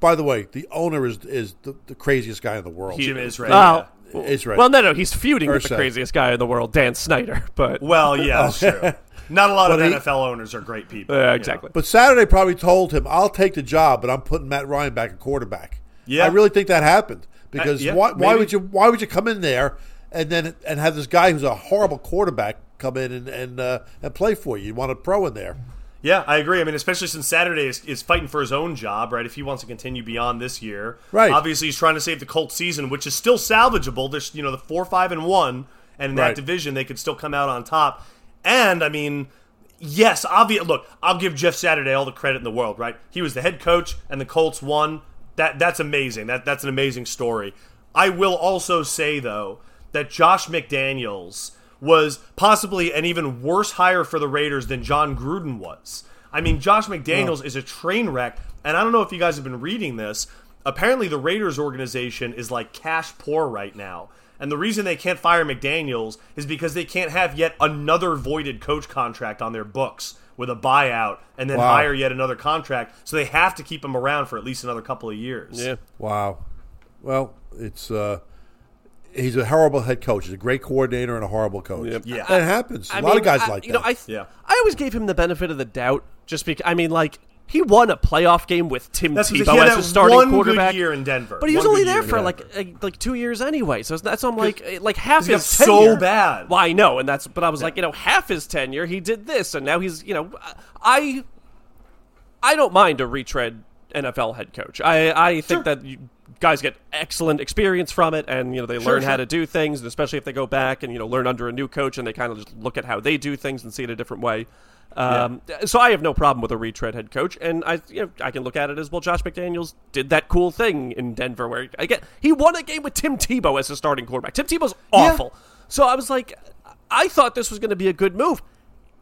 by the way, the owner is is the, the craziest guy in the world.
Jim Israel.
Oh,
Israel.
well, no, no, he's feuding with the
Ursa.
craziest guy in the world, Dan Snyder. But
Well, yeah, that's true. Not a lot of
But he-
NFL owners are great people. you
Yeah,
know.
exactly.
But Saturday probably told him, "I'll take the job, but I'm putting Matt Ryan back at quarterback."
Yeah.
I really think that happened because
yeah,
why, why
maybe.
would you why would you come in there and then and have this guy who's a horrible quarterback come in and and, uh, and play for you? You want a pro in there.
Yeah, I agree. I mean, especially since Saturday is, is fighting for his own job, right? If he wants to continue beyond this year,
Right.
Obviously, he's trying to save the Colts season, which is still salvageable. There's you know the four, five, and one, and in that
Right.
division they could still come out on top. And I mean, yes, obvious. Look, I'll give Jeff Saturday all the credit in the world, right? He was the head coach, and the Colts won. That that's amazing. That that's an amazing story. I will also say though that Josh McDaniels was possibly an even worse hire for the Raiders than John Gruden was. I mean, Josh McDaniels is a train wreck, and I don't know if you guys have been reading this. Apparently, the Raiders organization is like cash poor right now. And the reason they can't fire McDaniels is because they can't have yet another voided coach contract on their books with a buyout and then
Wow.
hire yet another contract. So they have to keep him around for at least another couple of years.
Yeah.
Wow. Well, it's uh, he's a horrible head coach. He's a great coordinator and a horrible coach.
Yep.
Yeah.
that happens. A lot of guys
I,
like
you
that.
Know, I, th-
Yeah.
I always gave him the benefit of the doubt just because, I mean, like, he won a playoff game with Tim
That's
Tebow
he had
as
that
his starting
one
quarterback.
good year in Denver.
But he was
One
only
good
there
year in
for
Denver.
like, like like two years anyway, so it's- that's on like eh, like half
he got
his
so
tenure.
bad.
Well, I know, and that's but I was like, you know, half his tenure he did this, and now he's you know, I I don't mind a retread NFL head coach. I I think that you guys get excellent experience from it, and you know they learn how
sure.
to do things, and especially if they go back and you know learn under a new coach, and they kind of just look at how they do things and see it a different way. Um, So I have no problem with a retread head coach, and I you know I can look at it as well. Josh McDaniels did that cool thing in Denver where again he won a game with Tim Tebow as his starting quarterback. Tim Tebow's awful, so I was like, I thought this was going to be a good move.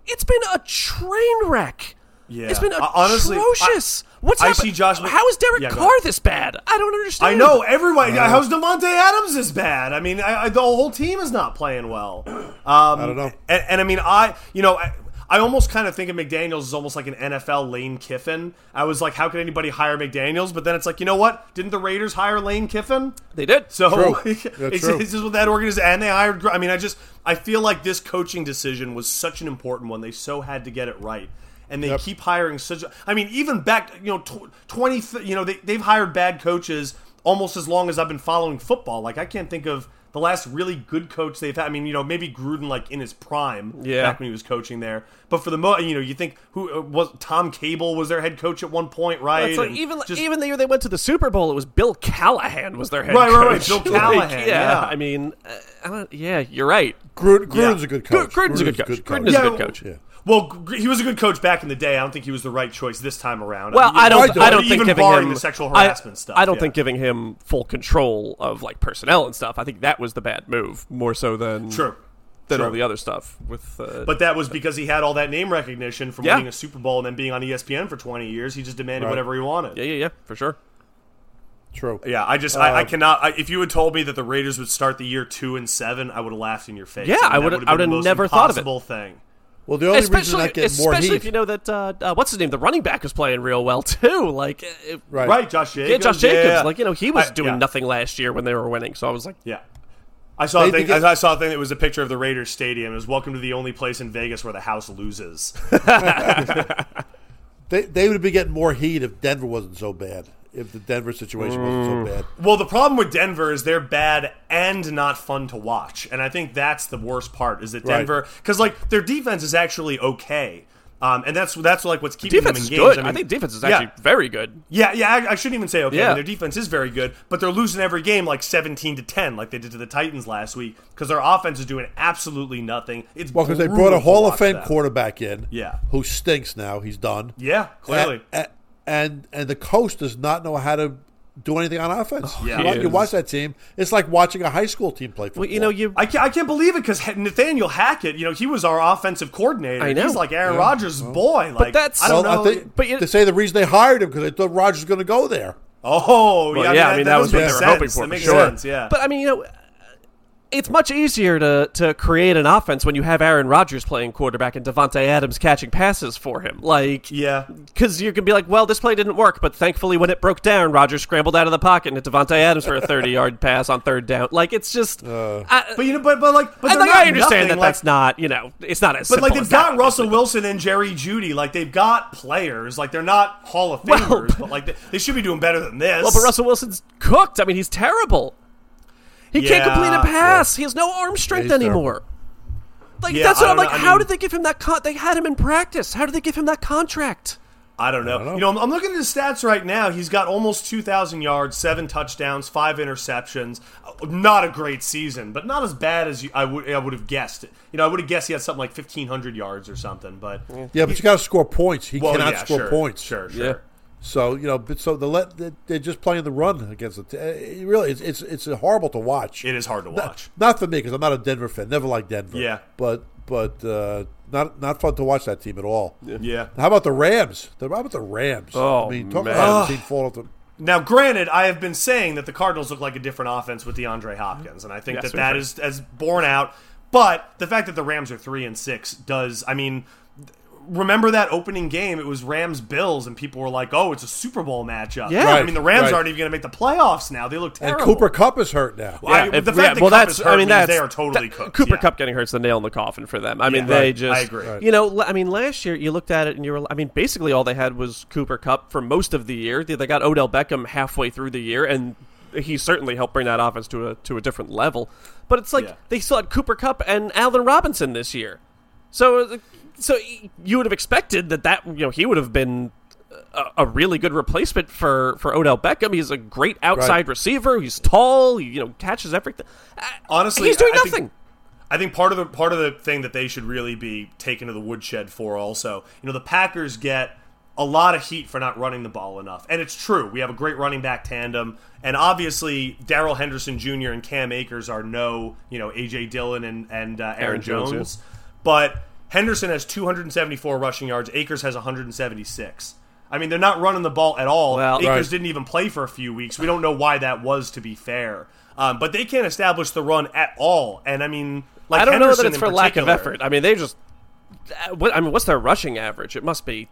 It's been a train wreck.
Yeah.
It's been
Uh, honestly, I-
atrocious. What's
I
happen-
see Josh Mc-
How is Derek
Yeah, go
Carr
ahead.
this bad? I don't understand.
I know everybody. How's Devonte Adams is bad? I mean, I, I, the whole team is not playing well. Um, I
don't know.
And, and I mean, I you know. I, I almost kind of think of McDaniels as almost like an NFL Lane Kiffin. I was like, how could anybody hire McDaniels? But then it's like, you know what? Didn't the Raiders hire Lane Kiffin?
They did.
So
True.
it's,
Yeah,
it's
true.
just what that organization and they hired. Gr- I mean, I just I feel like this coaching decision was such an important one. They so had to get it right, and they keep hiring such. I mean, even back you know tw- twenty. th- You know they they've hired bad coaches almost as long as I've been following football. Like I can't think of the last really good coach they've had. I mean, you know maybe Gruden like in his prime.
Yeah.
Back when he was coaching there, but for the mo, you know you think who uh, was Tom Cable was their head coach at one point, right?
It's like
And
even
just-
even the year they went to the Super Bowl, it was Bill Callahan was their head
Right,
coach.
right, right. Bill
Like,
Callahan, yeah.
I mean, uh, I don't, yeah, you're right.
Gruden, Gruden's a good
Gru-
coach.
Gruden's a good coach. Gruden is
Yeah,
a good
well-
coach.
Yeah.
Well, Gr- he was a good coach back in the day. I don't think he was the right choice this time around.
Well,
mean,
I
even-
don't. I don't
even
think giving
barring
him
the sexual
I-
harassment stuff.
I don't
yeah.
think giving him full control of like personnel and stuff. I think that was the bad move more so than
True.
than
True.
all the other stuff with. Uh,
But that was because he had all that name recognition from
Yeah.
winning a Super Bowl and then being on E ESPN for 20 years. He just demanded
Right.
whatever he wanted.
yeah, yeah, yeah, for sure.
True.
Yeah, I just
Uh,
I, I cannot. I, if you had told me that the Raiders would start the year two and seven, I would have laughed in your face.
Yeah,
mean,
I
that
would've-
would've
I
been the
would've
most
never thought of it.
impossible Thing.
Well, the only reason
especially
they're not getting more
especially
heat,
if you know that uh, uh, what's his name, the running back, is playing real well too. Like, uh,
right?
Right, Josh Jacobs.
yeah, Josh Jacobs,
yeah.
like you know, he was
I-
doing
yeah.
nothing last year when they were winning. So I was like,
Yeah. I saw a
They- they
thing.
get-
I saw a thing that was a picture of the Raiders stadium. It was "Welcome to the only place in Vegas where the house loses."
They, they would be getting more heat if Denver wasn't so bad. If the Denver situation
Mm.
wasn't so bad,
Well, the problem with Denver is they're bad and not fun to watch, and I think that's the worst part. Is that
Right.
Denver? Because like their defense is actually okay, um, and that's that's like what's keeping
defense is
them in games.
good. I,
mean,
think defense is
yeah.
actually very good.
Yeah, yeah. I, I shouldn't even say okay. I mean,
Yeah.
their defense is very good, but they're losing every game like seventeen to ten, like they did to the Titans last week, because their offense is doing absolutely nothing. It's
well, because they
brutal
brought a
to
Hall of
watch
Fame
them.
quarterback in,
Yeah.
who stinks now. He's done.
Yeah, clearly.
A- a- and and the coach does not know how to do anything on offense.
Yeah.
you, wa-
He
you
is.
watch that team; it's like watching a high school team play football.
Well, you know, you
I can't, I can't believe it because Nathaniel Hackett, you know, he was our offensive coordinator.
I know.
He's like Aaron Rodgers' boy. Like,
that's-
I don't
Well,
know.
I think,
but you-
they say the reason they hired him because they thought Rogers was going to go there.
Oh, yeah.
yeah, I mean, that was
does
what
make
they were hoping
sense.
for,
That
for
makes
sure.
sense, yeah.
But I mean, you know, it's much easier to to create an offense when you have Aaron Rodgers playing quarterback and Devontae Adams catching passes for him. Like,
yeah,
because you can be like, well, this play didn't work, but thankfully when it broke down, Rodgers scrambled out of the pocket and hit Devontae Adams for a thirty-yard pass on third down. Like, it's just,
Uh.
I,
but you know, but but like, but
I,
they're
like,
not
I understand
nothing,
that
like,
that's not, you know, it's not as
But like
simple
they've
as that.
got Russell Wilson and Jerry Judy, like they've got players, like they're not Hall of Famers,
Well,
but like they, they should be doing better than this.
Well, but Russell Wilson's cooked. I mean, he's terrible. He can't
Yeah,
complete a
yeah.
pass. He has no arm strength
He's terrible.
anymore. Like
Yeah,
that's what
I
I'm
don't
like.
know. I
how
mean-
did they give him that? Con- they had him in practice. How did they give him that contract?
I don't know.
don't know.
You know, I'm, I'm looking at his stats right now. He's got almost 2,000 yards, seven touchdowns, five interceptions. Uh, Not a great season, but not as bad as you, I would I would have guessed. You know, I would have guessed he had something like 1,500 yards or something. But
Yeah, but you got to score points. He
Well,
cannot
yeah,
score
sure,
points.
Sure, sure.
Yeah.
So you know, but so the let they're- they're just playing the run against the. T- it really, it's it's it's horrible to watch.
It is hard to watch.
Not for me because I'm not a Denver fan. Never liked Denver.
Yeah.
but but uh, not not fun to watch that team at all.
Yeah.
How about the Rams? The, how about the Rams?
Oh,
I mean, talk
man.
about a team falling off the.
Now, granted, I have been saying that the Cardinals look like a different offense with DeAndre Hopkins, and I
Yes,
think that
we've
that
heard.
is as borne out. But the fact that the Rams are three and six does, I mean, th- remember that opening game? It was Rams Bills, and people were like, "Oh, it's a Super Bowl matchup."
Yeah.
I
Right,
mean, the Rams
right.
aren't even going to make the playoffs now. They look
And
terrible.
Cooper Cup is hurt now.
I-
Yeah, if-
the fact
yeah,
that
well,
Cup
that's
is
I
hurt
mean
means
that's
they are totally
that-
cooked,
Cooper
yeah.
Cup getting hurt's the nail in the coffin for them. I mean
Yeah.
they
Right.
just
I agree. Right.
You know, l- I mean last year you looked at it and you were I mean basically all they had was Cooper Cup for most of the year. They- They got Odell Beckham halfway through the year and he certainly helped bring that offense to a to a different level. But it's like
Yeah.
they still had Cooper Cup and Alvin Robinson this year. So so you would have expected that that you know he would have been a, a really good replacement for for Odell Beckham. He's a great outside
Right.
receiver. He's tall. He, you know catches everything. I-
Honestly,
he's doing
I- I think-
nothing.
I think part of the part of the thing that they should really be taken to the woodshed for also, you know, the Packers get a lot of heat for not running the ball enough. And it's true. We have a great running back tandem. And obviously Daryl Henderson Jr. and Cam Akers are no, you know, AJ Dillon and, and uh, Aaron,
Aaron Jones,
Jones. But Henderson has 274 rushing yards. Akers has 176. I mean, they're not running the ball at all.
Well-
Akers
Right.
didn't even play for a few weeks. We don't know why that was, to be fair. Um, but they can't establish the run at all. And I mean, like
I don't
Henderson
know that it's
in
for lack of
particular.
effort. I mean, they just. uh, What, I mean, what's their rushing average? It must be.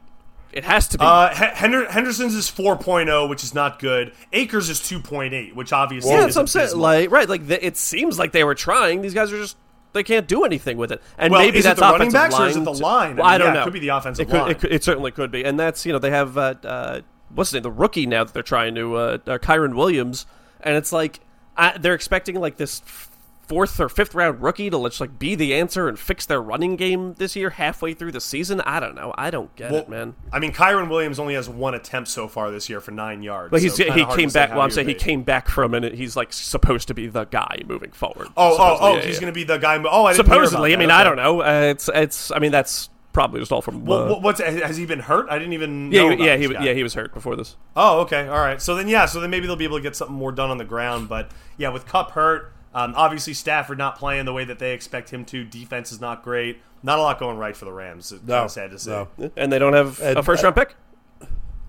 It has to be.
Uh, Hen- Hender- Henderson's is 4.0, which is not good. Akers is 2.8, which obviously
yeah,
is
that's what I'm saying.
abysmal.
Like, right? Like, the, it seems like they were trying. These guys are just. They can't do anything with it, and
Well,
maybe
is it
that's
the running
offensive
backs or
line.
is it the
to-
line? I
Well,
mean,
I don't
yeah, it
know.
could be the offensive
it could,
line.
It, could- it certainly could be, and that's you know they have uh, uh, what's his name, the rookie now that they're trying to uh, uh, Kyron Williams, and it's like I, they're expecting like this f- fourth or fifth round rookie to just like be the answer and fix their running game this year halfway through the season. I don't know. I don't get it, man.
I mean, Kyron Williams only has one attempt so far this year for nine yards.
But he's
so kinda
he
hard
came
to say
back.
how
Well, I'm
he
saying he
would be.
came back from and He's like supposed to be the guy moving forward.
Oh, oh,
Supposedly,
oh!
yeah,
he's
yeah.
going to be the guy. Oh, I didn't hear about
supposedly. I
that.
mean,
Okay.
I don't know. Uh, it's it's. I mean, that's probably just all from.
Well,
uh,
what- what's has he been hurt? I didn't even.
yeah,
know
he-
about
yeah,
this
he
guy.
yeah he was hurt before this.
Oh, okay, all right. So then, yeah, so then maybe they'll be able to get something more done on the ground. But yeah, with Cup hurt, um, obviously Stafford not playing the way that they expect him to. Defense is not great. Not a lot going right for the Rams. It's kind
No,
of sad to see.
no.
And they don't have a
And-
first round pick.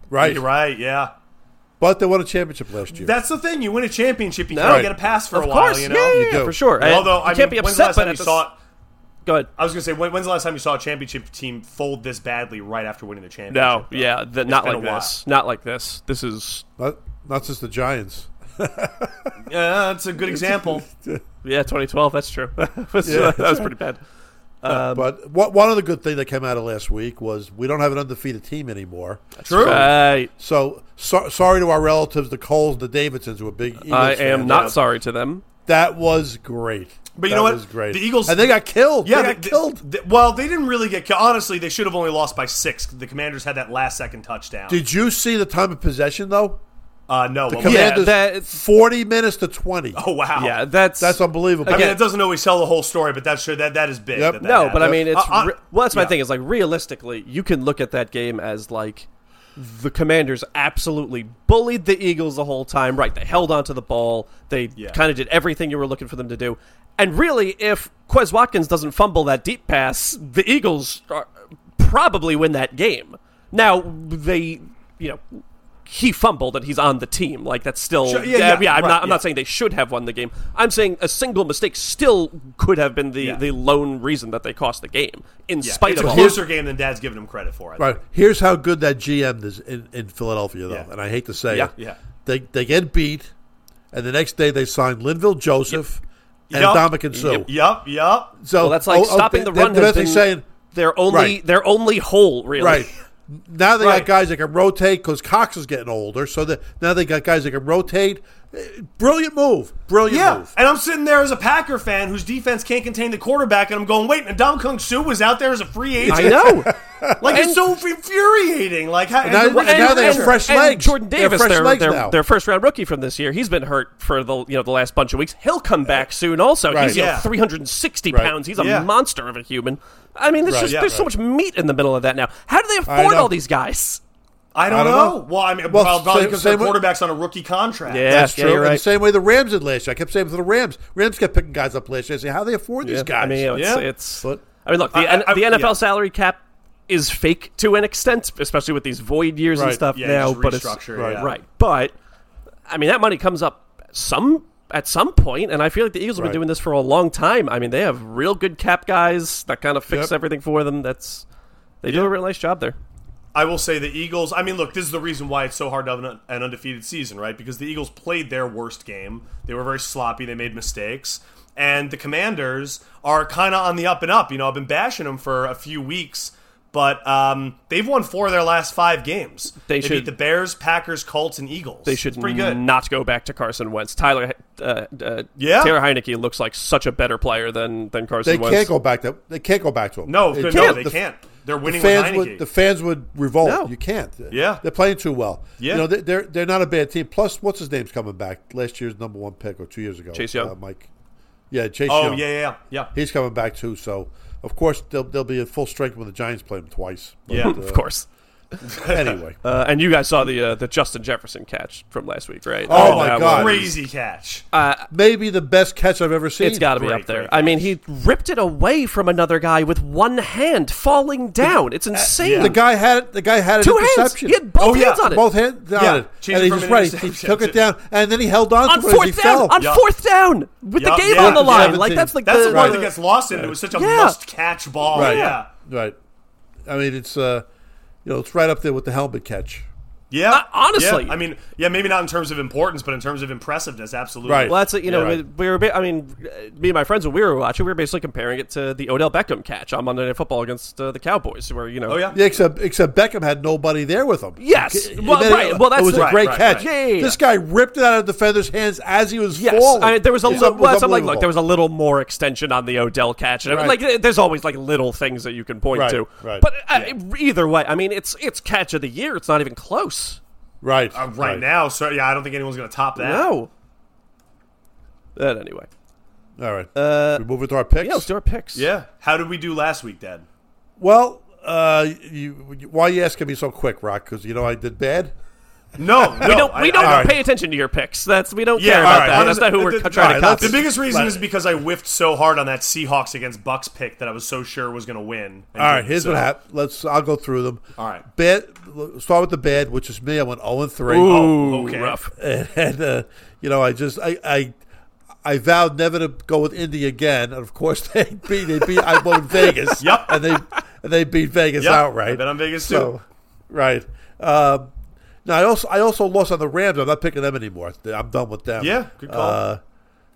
Right,
You're right. Yeah,
but they won a championship last year.
that's the thing. You win a championship, you
No.
can't
Right.
get a pass for
of
a while.
course,
you know.
yeah, yeah,
You do.
for sure. And
Although
you
I
can't
mean,
be
when's the
upset,
last
but
time you
at the
saw it?
s- go ahead.
I was gonna say, when, when's the last time you saw a championship team fold this badly right after winning a championship?
No, yeah, the, not
been
like
a while.
this. Not like this. This is
not, not since the Giants.
yeah, that's a good example.
yeah, 2012. That's true. that was,
Yeah.
that was pretty bad.
but what, one other good thing that came out of last week was we don't have an undefeated team anymore.
True.
Right.
So, so sorry to our relatives, the Coles, and the Davidsons, who are big. Eagles
I am
fans.
not
Yeah.
sorry to them.
That was great.
But you
That
know what?
Was great.
The Eagles-
and they got killed.
Yeah,
they got killed.
th- well, they didn't really get killed. Honestly, they should have only lost by six. The Commanders had that last second touchdown.
Did you see the time of possession though?
uh, no, what was
Yeah,
Commanders,
that-
forty minutes to twenty.
that? oh wow,
Yeah, that's
That's unbelievable.
I mean,
Again-
it doesn't always tell the whole story, but that's sure that that is big.
Yep.
that that
No,
happened.
but I mean, it's
Uh, uh,
re- well. That's my
yeah.
thing. Is like realistically, you can look at that game as like the Commanders absolutely bullied the Eagles the whole time. Right? They held onto the ball. They
Yeah.
kind of did everything you were looking for them to do. And really, if Quez Watkins doesn't fumble that deep pass, the Eagles are, probably win that game. Now they, you know. He fumbled and he's on the team. Like that's still
Sure, yeah, yeah,
I'm
right,
not. I'm
yeah.
not saying they should have won the game. I'm saying a single mistake still could have been the
Yeah.
the lone reason that they cost the game, in
Yeah,
spite
it's
of
a
all.
closer game than Dad's giving him credit for. I think.
Right. Here's how good that GM is in, in Philadelphia, though,
Yeah.
and I hate to say
Yeah.
it.
Yeah.
They they get beat, and the next day they sign Linville Joseph and
Yup.
Dominic and Sue.
Yup, yup.
So
Well, that's like
oh, oh,
stopping
they-
the run.
They're
has
basically
been
saying
their only
Right.
their only hole, really.
right. Now they
Right.
got guys that can rotate because Cox is getting older. So that now they got guys that can rotate. Eh, Brilliant move. Brilliant
Yeah,
move.
and I'm sitting there as a Packer fan whose defense can't contain the quarterback, and I'm going, wait, Nadam Kung Su was out there as a free agent.
I know.
Like it's so infuriating. Like how,
now-
and-
and now they have
and-
fresh
and
legs.
Jordan
They have
Davis,
fresh
their,
legs
their,
now.
their first round rookie from this year, he's been hurt for the you know the last bunch of weeks. He'll come back soon. Also,
Right.
he's you know,
Yeah.
360
Right.
pounds. He's a
Yeah.
monster of a human. I mean, there's
Right.
just
Yeah.
there's so much meat in the middle of that now. How do they
I
afford
know.
all these guys?
I don't,
I don't
know.
know.
Well, I mean,
Well,
well, probably
same-
because their
same with-
quarterback's on a rookie contract.
Yeah.
That's true.
you're
And
right.
the same way the Rams did last year. I kept saying for the Rams. Rams kept picking guys up last year. I say, how do they afford these guys?
I mean, it's,
Yeah.
it's
But-
I mean, look, the,
I- I-
the
I-
NFL
yeah.
salary cap is fake to an extent, especially with these void years and
Right.
stuff
Yeah,
now.
just
But it's
restructure,
right,
yeah.
right. But I mean, that money comes up some at some point, and I feel like the Eagles have
Right.
been doing this for a long time. I mean, they have real good cap guys that kind of fix
Yep.
everything for them. That's they do a real nice job there.
I will say the Eagles. I mean, look, this is the reason why it's so hard to have an, an undefeated season, right? Because the Eagles played their worst game. They were very sloppy. They made mistakes, and the Commanders are kind of on the up and up. You know, I've been bashing them for a few weeks, but um, they've won four of their last five games.
They
beat
should-
the Bears, Packers, Colts, and Eagles.
They should
It's pretty good.
not go back to Carson Wentz. Tyler, uh, uh,
Yeah.
Taylor Heineke looks like such a better player than than Carson
they
Wentz.
can't go back to. They can't go back to him.
no, no,
can't.
they
The-
can't. They're winning with
fans
Heineke.
would the fans would revolt.
No.
You can't.
Yeah.
they're playing too well.
Yeah.
you know they- they're they're not a bad team. Plus, what's his name's coming back? Last year's number one pick or two years ago,
Chase Young.
uh, Mike. Yeah, Chase
oh
Young.
yeah, yeah, yeah.
He's coming back too. So of course they'll they'll be at full strength when the Giants play them twice. But,
Yeah.
of course.
uh, anyway,
Uh, and you guys saw the uh, the Justin Jefferson catch from last week, right?
Oh,
Uh,
my
that
God.
was-
Crazy catch.
Uh,
maybe the best catch I've ever seen.
It's got to be
Great,
up there.
great
I mean, he ripped it away from another guy with one hand, falling down. It's insane.
the guy had it. The guy had an
Two hands.
interception.
He had both
Oh, yeah.
hands on it.
both hands down
Yeah.
it,
Changed
and
it
he
from
just
an
right. He
interception
took it
to-
down, and then he held on,
on
to it as he
fourth down,
fell.
on
Yeah.
fourth down, with
Yeah,
the game
yeah.
on the line, like
17.
that's like
That's the,
the,
one
Right.
that gets lost in. It was such a
Yeah.
must-catch ball.
Right.
Yeah,
Right. I mean, it's uh, you know, it's right up there with the helmet catch.
yeah.
Uh, honestly.
Yeah. I mean, yeah, maybe not in terms of importance, but in terms of impressiveness, absolutely.
Right.
Well, that's it. You know,
Yeah.
we- we were. ba- I mean, me and my friends when we were watching, we were basically comparing it to the Odell Beckham catch on Monday Night Football against uh, the Cowboys, where you know,
Oh yeah.
Yeah, except except Beckham had nobody there with him.
Yes.
He- he
Well,
made it-
right. Well, that's
it was
the-
a
Right,
great
right,
catch.
right.
Yeah, yeah, yeah.
This guy ripped it out of the defender's hands as he was
Yes,
falling.
I mean, there was a
It's
little.
un- it was
Well, so like, look,
unbelievable.
there was a little more extension on the Odell catch, and
Right.
like, eh, there's always like little things that you can point
Right,
to.
right.
But uh, either way, I mean, it's it's catch of the year. It's not even close.
right,
Uh, right, now, so yeah, I don't think anyone's going to top that.
No. But anyway,
All right, uh, we move into our picks.
yeah, let's do our picks.
Yeah. How did we do last week, Dad?
well, uh, you, you- why are you asking me so quick, Rock? Because you know I did bad.
No, no,
We don't.
I-
we don't
I-
all right.
pay attention to your picks. That's we don't
Yeah,
care
all
about
right.
that.
What
That's
is
not
it-
who
the-
we're
the-
trying to
all right,
copy.
the biggest reason
Right.
is because I whiffed so hard on that Seahawks against Bucks pick that I was so sure was going to win. And
All right,
didn't,
here's
so-
what happened. Let's. I'll go through them.
All right.
Bad. Start with the bad, which is me. I went zero and three.
Ooh,
Oh, okay.
rough.
and, and, uh, you know, I just I, I I vowed never to go with Indy again, and of course they beat they beat I won Vegas.
Yep.
and they and they beat Vegas
Yep,
outright.
I bet on Vegas, too.
Right. Um, now I also I also lost on the Rams. I'm not picking them anymore. I'm done with them.
Yeah, good call.
Uh,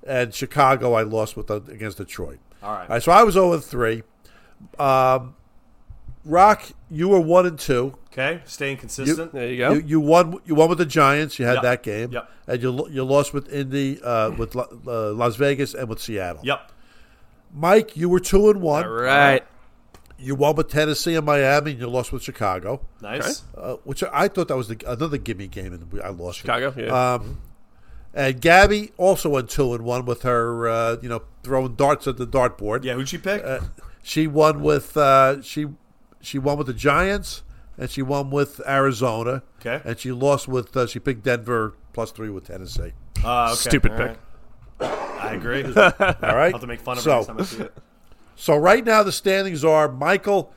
and Chicago, I lost with the, against Detroit.
All right.
So I was zero and three. Um, Rock, you were one and two.
Okay, staying consistent.
There you go.
You, you won. You won with the Giants. You had
Yep.
that game,
Yep.
and you lo- you lost with Indy, uh, with La- uh, Las Vegas, and with Seattle.
Yep.
Mike, you were two and one.
All right.
You won with Tennessee and Miami, and you lost with Chicago,
Nice.
uh, which I thought that was the, another gimme game, and we- I lost it.
Chicago, yeah.
Um, and Gabby also went two and one with her, uh, you know, throwing darts at the dartboard.
Yeah, who'd she pick?
Uh, She won with uh, she she won with the Giants and she won with Arizona.
Okay.
And she lost with uh, she picked Denver plus three with Tennessee.
Uh, okay,
Stupid
all
pick.
right. I agree. I'll
All right.
have to make fun of her next time I
so
see it.
so right now the standings are Michael,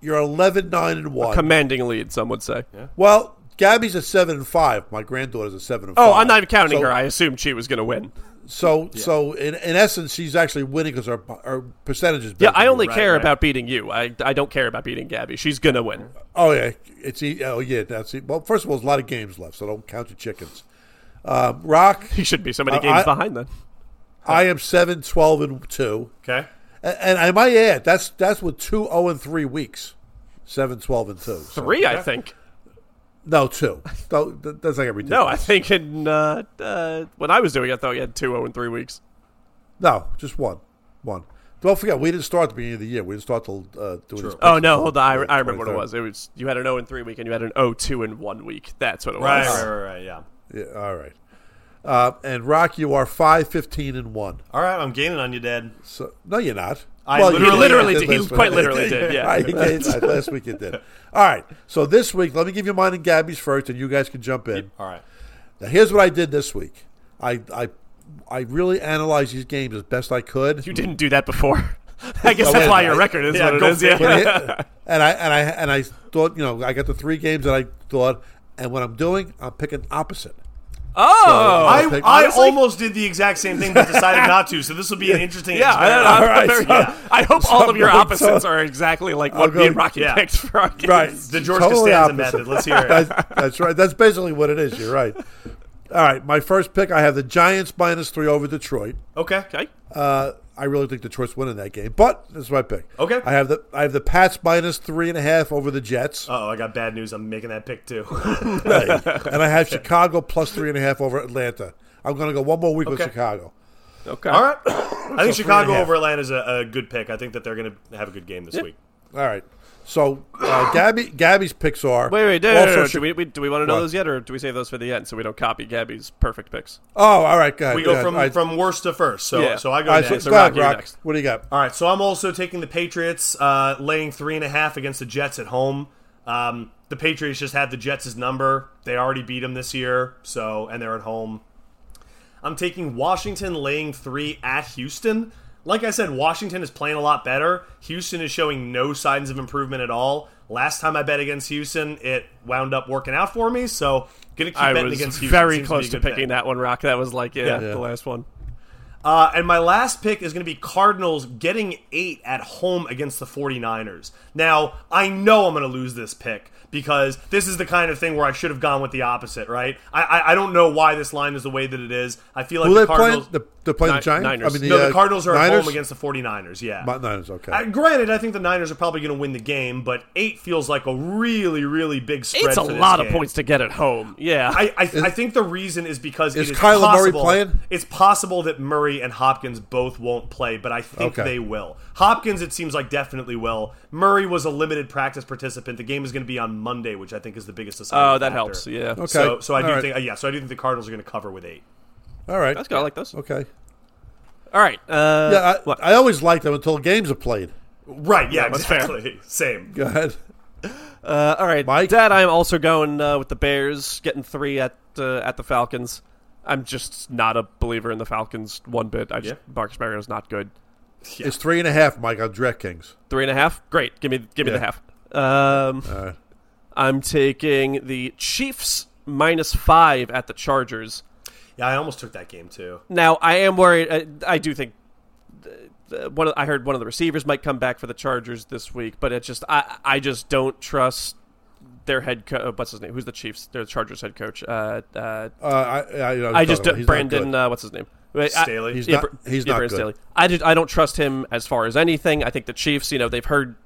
you're 11 9 and one.
Commanding lead, some would say.
well, Gabby's a seven and five. My granddaughter's a seven and
Oh,
five.
I'm not even counting
So-
her. I assumed she was going to win.
So so in, in essence, she's actually winning because her her percentage is.
Yeah,
better
I
than
only
you.
care
right.
about beating you. I, I don't care about beating Gabby. She's gonna win.
Oh yeah, it's e- oh yeah. That's it. well. First of all, there's a lot of games left, so don't count your chickens. Um, Rock,
He should be so many
Uh,
games
I-
behind then.
I am 7, 12, and two,
Okay.
A- and I might add that's that's with two zero and three oh weeks. seven, twelve, and two. So-
Three, I think.
no, two. No, th- that's like every
No, I think in uh, uh, when I was doing, it, I thought you had two zero in three weeks.
no, just one, one. Don't forget, we didn't start at the beginning of the year. We didn't start till uh, doing this.
Oh no, hold on. I, I remember what it
23rd.
was. It was you had an zero in three week and you had an zero two in one week. That's what it
Right,
was.
right, right, right, yeah.
Yeah, all right. Uh, and Rock, you are five, fifteen, and one.
All right, I'm gaining on you, Dad.
So no, you're not.
I
you
literally-
literally
I
did. He
last
quite
week.
literally did, yeah.
I did. I- last week it did. All right. So this week, let me give you mine and Gabby's first, and you guys can jump in.
All right.
Now, here's what I did this week. I I I really analyzed these games as best I could.
You didn't do that before. I guess
No,
that's
wait,
why
I-
your record is
Oh, yeah,
what it
go
is. Yeah.
But it- and I and I and I thought, you know, I got the three games that I thought, and what I'm doing, I'm picking opposite.
Oh,
I
I,
picked-
I
Honestly-
almost did the the exact same thing, but decided not to. So this will be an interesting
yeah. I,
experiment.
I'm
right,
very-
so-
yeah. I hope all of your
so-
opposites are exactly like what me
go-
and Rocky
yeah.
picked for our games.
The George
Totally
Costanza
opposite.
method. Let's hear it.
That's, that's right. That's basically what it is. You're right. All right. My first pick, I have the Giants minus three over Detroit.
okay.
Okay.
Uh, I really think Detroit's winning that game, but this is my pick.
Okay.
I have the I have the Pats minus three and a half over the Jets,
Oh, I got bad news. I'm making that pick too.
Right. and I have Chicago plus three and a half over Atlanta. I'm going to go one more week with
Okay.
Chicago.
Okay.
All right. I think Chicago
half.
over Atlanta is a, a good pick. I think that they're going to have a good game this week.
All right. So uh, Gabby Gabby's picks are
Wait, wait, no, no, no, no.
Chi-
Do we, we do we want to know
What?
those yet, or do we save those for the end so we don't copy Gabby's perfect picks?
oh, all right. Go ahead.
We go
Yeah,
from,
all right.
from worst to first. So
Yeah.
so I go
All right,
next.
so,
so
go ahead,
Rock, you're
Rock.
next.
What do you got?
All right, so I'm also taking the Patriots, uh, laying three and a half against the Jets at home. Um, the Patriots just have the Jets' number. They already beat them this year, so and they're at home. I'm taking Washington laying three at Houston. Like I said, Washington is playing a lot better. Houston is showing no signs of improvement at all. Last time I bet against Houston, it wound up working out for me. So gonna keep
I
betting
was
against Houston.
very
Seems be a
close to
good bet.
picking that one, Rock. That was like yeah,
Yeah.
the last one.
Uh, and my last pick is going to be Cardinals getting eight at home against the 49ers. Now, I know I'm going to lose this pick because this is the kind of thing where I should have gone with the opposite, right? I, I, I don't know why this line is the way that it is. I feel like
Who
the
they playing?
Cardinals.
The, they're playing the
Ni-
Giants.
Niners.
I mean, the,
no, the
uh,
Cardinals are at
Niners?
home against the 49ers, yeah.
My- Niners. Okay.
Uh, granted, I think the Niners are probably going to win the game, but eight feels like a really, really big spread.
It's a
for this
lot of
game.
points to get at home. Yeah,
I, I, I think the reason is because
Is
it is
Kyler Murray
possible-
playing?
It's possible that Murray and Hopkins both won't play, but I think
Okay.
they will. Hopkins, it seems like definitely will. Murray was a limited practice participant. The game is going to be on Monday, which I think is the biggest assignment.
oh, that
factor.
helps. Yeah,
okay.
So, so I
All
do
right.
think, uh, yeah, so I do think the Cardinals are going to cover with eight.
All right.
that's good. I like those.
Okay.
All right. Uh,
Yeah, I,
what?
I always like them until games are played.
Right? Yeah,
that's fair.
exactly. Same.
Go ahead.
Uh, all right,
Mike?
Dad. I'm also going uh, with the Bears, getting three at uh, at the Falcons. I'm just not a believer in the Falcons one bit. I just
Yeah.
Marcus Mariota's not good.
Yeah.
It's three and a half, Mike, on DraftKings.
Three and a half. Great. Give me give me the
Yeah.
half. Um,
All right.
I'm taking the Chiefs minus five at the Chargers.
Yeah, I almost took that game too.
Now I am worried. I, I do think uh, one. Of, I heard one of the receivers might come back for the Chargers this week, but it just I I just don't trust their head coach. What's his name? Who's the Chiefs? Their Chargers head coach. Uh, uh,
Uh, I, I, you know,
I just
talking about- he's not
Brandon.
good.
Uh, what's his name? Wait, I-
Staley.
He's
yeah,
not-
Br-
he's
yeah,
not
Brandon Staley.
good.
I just I don't trust him as far as anything. I think the Chiefs. You know they've heard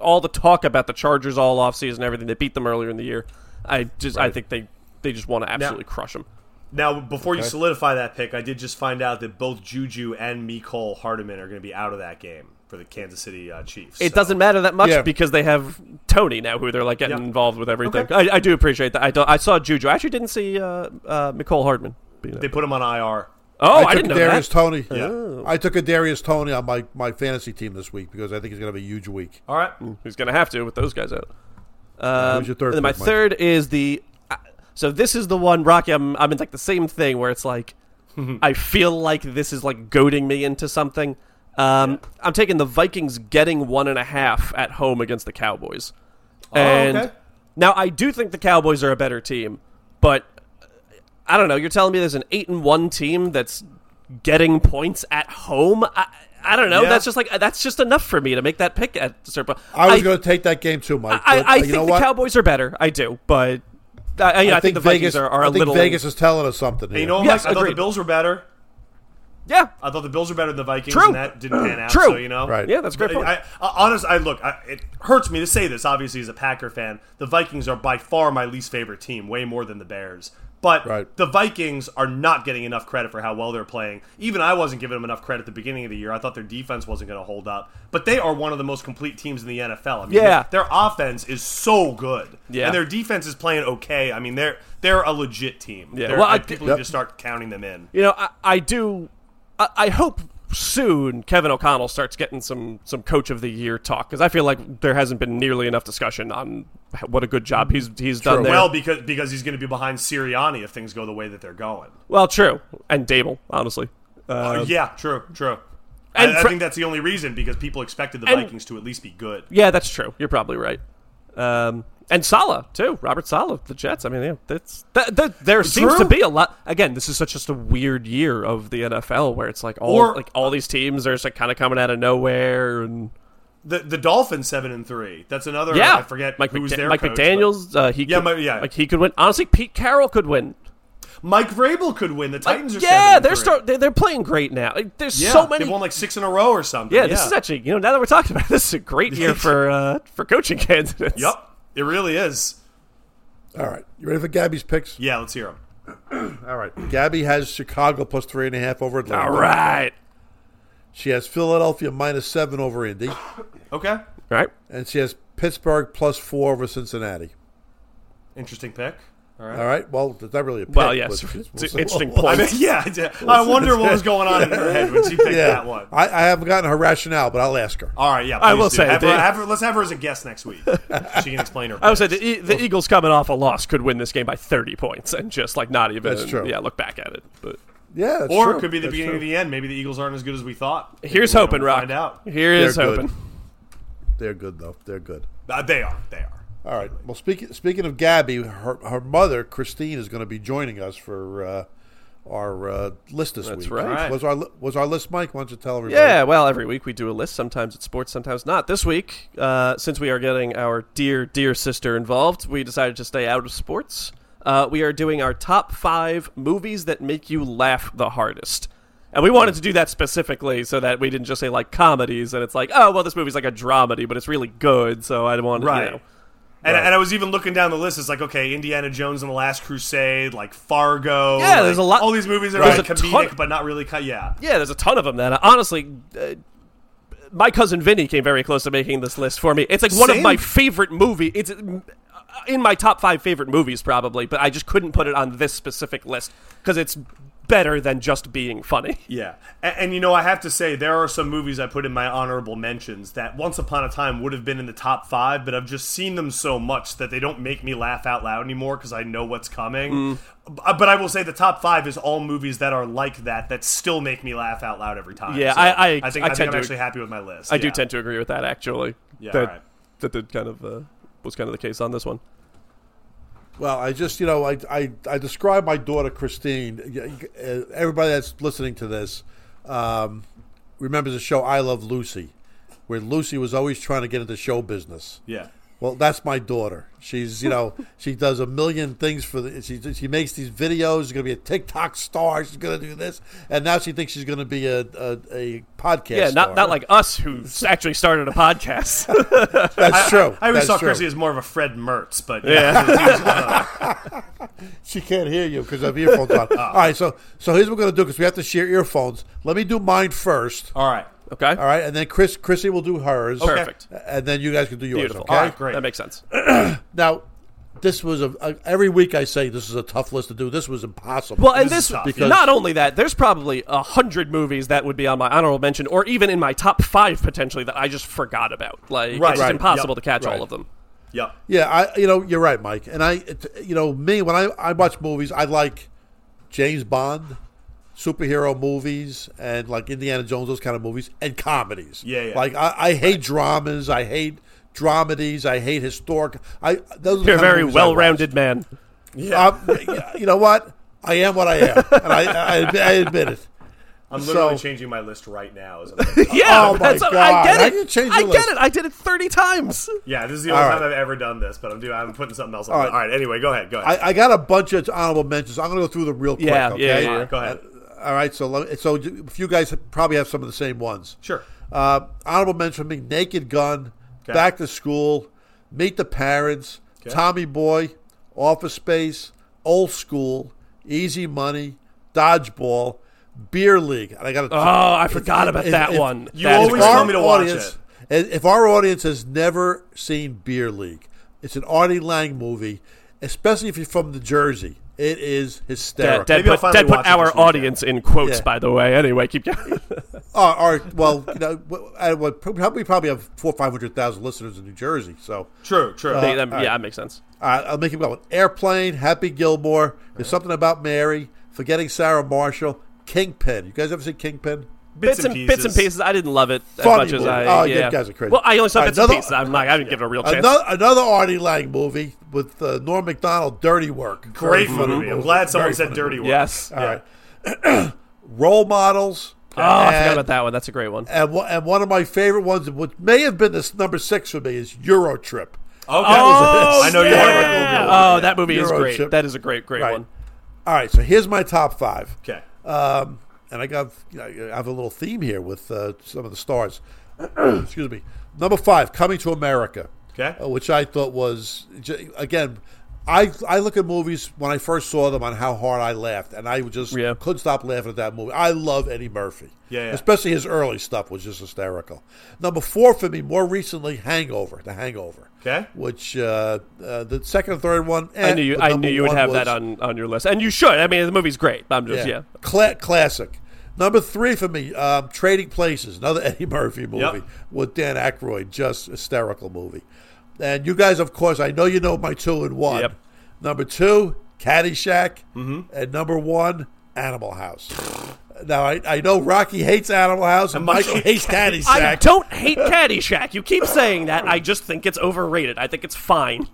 all the talk about the Chargers all offseason and everything. They beat them earlier in the year. I just I think they they just want to absolutely crush them.
Now, before you
Okay.
solidify that pick, I did just find out that both Juju and Nicole Hardeman are going to be out of that game for the Kansas City uh, Chiefs.
It
so-
doesn't matter that much
Yeah.
because they have Tony now, who they're like getting
Yeah.
involved with everything.
Okay.
I, I do appreciate that. I don't, I saw Juju. I actually didn't see uh, uh, Nicole Hardman. Being
They put him on IR.
oh, I,
took
didn't know
Darius
that. Oh.
Tony.
Yeah.
I took a Darius Tony on my, my fantasy team this week because I think he's going to have a huge week.
All right.
He's gonna have to with those guys out.
Who's
Um,
your third
and then my
pick, Mike?
third is the. I- So this is the one, Rocky. I'm, I'm in like the same thing where it's like, I feel like this is like goading me into something. Um, I'm taking the Vikings getting one and a half at home against the Cowboys.
Oh,
And
okay.
now I do think the Cowboys are a better team, but uh, I don't know. You're telling me there's an eight and one team that's getting points at home. I, I don't know.
Yeah.
That's just like uh, that's just enough for me to make that pick at Serpa.
I was going to take that game too, Mike.
I,
but, uh,
I
you
think
know
the
what?
Cowboys are better. I do, but I, I, I think, the Vikings
Vegas
are, are
I
a
think
little.
Vegas is telling us something. Here.
You know, what,
Yes,
Mike, I thought the
agreed.
Bills were better.
Yeah.
I thought the Bills were better than the Vikings,
True.
and that didn't pan out.
True.
So, you know,
Right.
Yeah, that's a great point.
I, I, honest, I look. I, it hurts me to say this. Obviously, as a Packer fan, the Vikings are by far my least favorite team, way more than the Bears. But
Right.
the Vikings are not getting enough credit for how well they're playing. Even I wasn't giving them enough credit at the beginning of the year. I thought their defense wasn't going to hold up, but they are one of the most complete teams in the NFL. I mean,
Yeah.
their, their offense is so good,
Yeah.
and their defense is playing okay. I mean, they're they're a legit team.
Yeah.
They're-
Well, I-
and people
Yep.
need to start counting them in.
You know, I, I do. I, I hope soon Kevin O'Connell starts getting some some coach of the year talk because I feel like there hasn't been nearly enough discussion on h- what a good job he's he's done there.
Well, because because he's going to be behind Sirianni if things go the way that they're going.
Well, true, and Dable, honestly.
Uh, yeah, true, true.
and
I, I
Fra-
think that's the only reason because people expected the
And-
Vikings to at least be good.
Yeah, that's true. You're probably right. Um, and Sala too, Robert Sala, the Jets. I mean, yeah, that's that, that, there seems to
True.
be a lot. Again, this is such just a weird year of the NFL where it's like all
Or-
like all these teams are just like kind of coming out of nowhere and
The the Dolphins seven and three. That's another.
yeah,
I forget
Mike,
who's
McDa-
their
Mike
coach, but-
McDaniel's. Uh, he
Yeah,
could,
Mike- yeah.
like he could win. Honestly, Pete Carroll could win.
Mike Vrabel could win. The Titans are seven
yeah,
and
they're
three.
start they're, they're playing great now. Like, there's
Yeah,
so many.
They've won like six in a row or something.
yeah, this is actually you know now that we're talking about it, this is a great year for uh, for coaching candidates.
Yep, it really is.
All right. You ready for Gabby's picks?
Yeah, let's hear him.
All right. Gabby has Chicago plus three and a half over Atlanta.
All right.
She has Philadelphia minus seven over Indy.
Okay,
All right.
And she has Pittsburgh plus four over Cincinnati.
interesting pick. All right.
All right. Well, it's not really a pick.
Well, yes,
but-
it's
we'll
an
see.
interesting
I
point.
mean, yeah, I did- I wonder what was going on in her head when she picked
Yeah.
that one.
I, I haven't gotten her rationale, but I'll ask her.
All right, yeah.
I
please
will
do.
say
Have her-
they-
have her- let's have her as a guest next week. she can explain her.
I would say the, E- the Eagles coming off a loss could win this game by 30 points and just like not even
That's true.
yeah look back at it. But
Yeah. that's
or
true.
it could be the
That's
beginning
true.
of the end. Maybe the Eagles aren't as good as we thought. Maybe
here's
we don't
hoping, Rock.
Find out.
Here is
They're good.
hoping.
They're good, though. They're good.
Uh, they are. They are.
All right. Well, speaking speaking of Gabby, her her mother Christine is going to be joining us for uh, our uh, list this week.
right.
Was our li- was our list, Mike? Why don't you tell everybody?
Yeah, well, every week we do a list. Sometimes it's sports, sometimes not. This week, uh, since we are getting our dear, dear sister involved, we decided to stay out of sports. Uh, we are doing our top five movies that make you laugh the hardest. And we wanted to do that specifically so that we didn't just say like comedies and it's like, oh, well, this movie's like a dramedy, but it's really good, so I want to,
Right.
you know.
And, and I was even looking down the list. It's like okay, Indiana Jones and the Last Crusade, like Fargo.
Yeah,
like,
there's a lot-
All these movies that
There's
are like
a
comedic,
ton-
but not really. Co- yeah.
Yeah, there's a ton of them that honestly, uh, my cousin Vinny came very close to making this list for me. It's like one of
Same.
my favorite movie. It's uh, in my top five favorite movies probably, but I just couldn't put it on this specific list because it's better than just being funny.
Yeah. And, and you know, I have to say, there are some movies I put in my honorable mentions that once upon a time would have been in the top five, but I've just seen them so much that they don't make me laugh out loud anymore because I know what's coming.
Mm.
B- uh, But I will say the top five is all movies that are like that that still make me laugh out loud every time.
Yeah, I- I-
think,
I
I
tend
think I'm
to-
actually happy with my list.
I do
Yeah.
tend to agree with that actually.
Yeah,
that,
alright.
that did kind of uh, was kind of the case on this one.
Well, I just you know I I, I describe my daughter Christine. y- y- uh, Everybody that's listening to this um, remembers the show I Love Lucy, where Lucy was always trying to get into show business.
Yeah.
Well, that's my daughter. She's you know she does a million things for the. She she makes these videos. She's gonna be a TikTok star. She's gonna do this, and now she thinks she's gonna be a a, a podcast.
Yeah,
star.
not not like us who s- actually started a podcast.
that's true.
I always
that's
saw
true.
Chrissy as more of a Fred Mertz, but
She can't hear you because I have earphones on. All right, so so here's what we're gonna do because we have to share earphones. Let me do mine first.
all right.
okay,
All right, and then Chris Chrissy will do hers.
perfect,
And then you guys can do yours.
beautiful.
Okay.
All right,
Great.
That makes sense.
Now, this was a, a every week I say this is a tough list to do. This was impossible.
Well, and
This
this
is tough.
Because-
not only that, there's probably a hundred movies that would be on my honorable mention, or even in my top five potentially that I just forgot about. Like
Right,
it's
right,
just impossible
yep,
to catch
right.
all of them.
Yep.
Yeah, I you know you're right, Mike. And I it, you know me when I I watch movies, I like James Bond, superhero movies, and like Indiana Jones, those kind of movies, and comedies.
Yeah, yeah.
Like I, I hate dramas. I hate dramedies. I hate historic. I those are the
You're a
kind of
very
movies I watch.
well-rounded man.
Yeah.
Um, you know what? I am what I am, and I I, admit- I admit it.
I'm literally
so-
changing my list right now. As I'm
Yeah,
Oh my
that's- I
God,
get
how
it.
do you change
I
your
get
list?
it. I did it thirty times.
yeah, this is the only
All
time
right.
I've ever done this, but I'm doing. I'm putting something else. On. All,
right.
right. all right. Anyway, go ahead. Go ahead.
I, I got a bunch of honorable mentions. I'm going to go through them real quick.
Yeah,
okay?
yeah, yeah.
Go ahead.
All all right, so let me, so if you guys probably have some of the same ones.
Sure.
Uh, honorable mention for me: Naked Gun,
Okay.
Back to School, Meet the Parents,
Okay.
Tommy Boy, Office Space, Old School, Easy Money, Dodgeball, Beer League. And I got
Oh, I forgot about
if-
that
if-
one.
You
That is
always
great.
tell me to watch
audience, and If our audience has never seen Beer League, it's an Artie Lang movie, especially if you're from New Jersey. It is hysterical.
Dad, Dad
Maybe I'll
put,
finally
Dad put
watch it this
our
weekend.
audience in quotes,
Yeah.
by the way. Anyway, keep going.
Or, or Uh, well, you know, w- I would prob- we probably have four five hundred thousand listeners in New Jersey. So
True, true.
yeah, that makes sense.
uh, I'll make him go with Airplane, Happy Gilmore. There's something about Mary, Forgetting Sarah Marshall, Kingpin. You guys ever seen Kingpin?
Bits and, bits and pieces. I didn't love it
Funny
as much as
movie.
I.
Oh, you
yeah.
guys are crazy.
Well, I only saw
All right,
bits and
another-
pieces. I'm like, I didn't give it a real chance.
Another, another Artie Lang movie with uh, Norm Macdonald, Dirty Work.
Great
Very funny
movie. I'm glad someone
Very
said
funny
dirty word.
yes.
All right. Role models.
Oh, I forgot
and-
about that one. That's a great one.
And, one- and one of my favorite ones, which may have been this number six for me, is Eurotrip.
Okay.
Oh,
I know
yeah.
you are.
Oh, that movie is
Euro
great.
chip.
That is a great, great
Right.
one.
All right, so here's my top five.
Okay.
Um, and I got you know, I have a little theme here with uh, some of the stars. Excuse me. Number five, Coming to America.
Okay.
Uh, which I thought was j- again, I I look at movies when I first saw them on how hard I laughed, and I just
Yeah.
couldn't stop laughing at that movie. I love Eddie Murphy.
Yeah, yeah.
Especially his early stuff was just hysterical. Number four for me, more recently, Hangover, The Hangover.
Okay.
Which uh, uh, the second and third one. eh,
I knew you.
but
I
number
knew you would
one
have
was-
that on, on your list, and you should. I mean, the movie's great. But I'm just yeah.
Cla- classic. Number three for me, um, Trading Places, another Eddie Murphy movie
Yep.
with Dan Aykroyd, just hysterical movie. And you guys, of course, I know you know my two and one.
Yep. Mm-hmm.
Number two, Caddyshack, and number one, Animal House. Now I, I know Rocky hates Animal House and
Michael
Michael hates
I
Caddyshack.
don't hate Caddyshack. You keep saying that. I just think it's overrated. I think it's fine.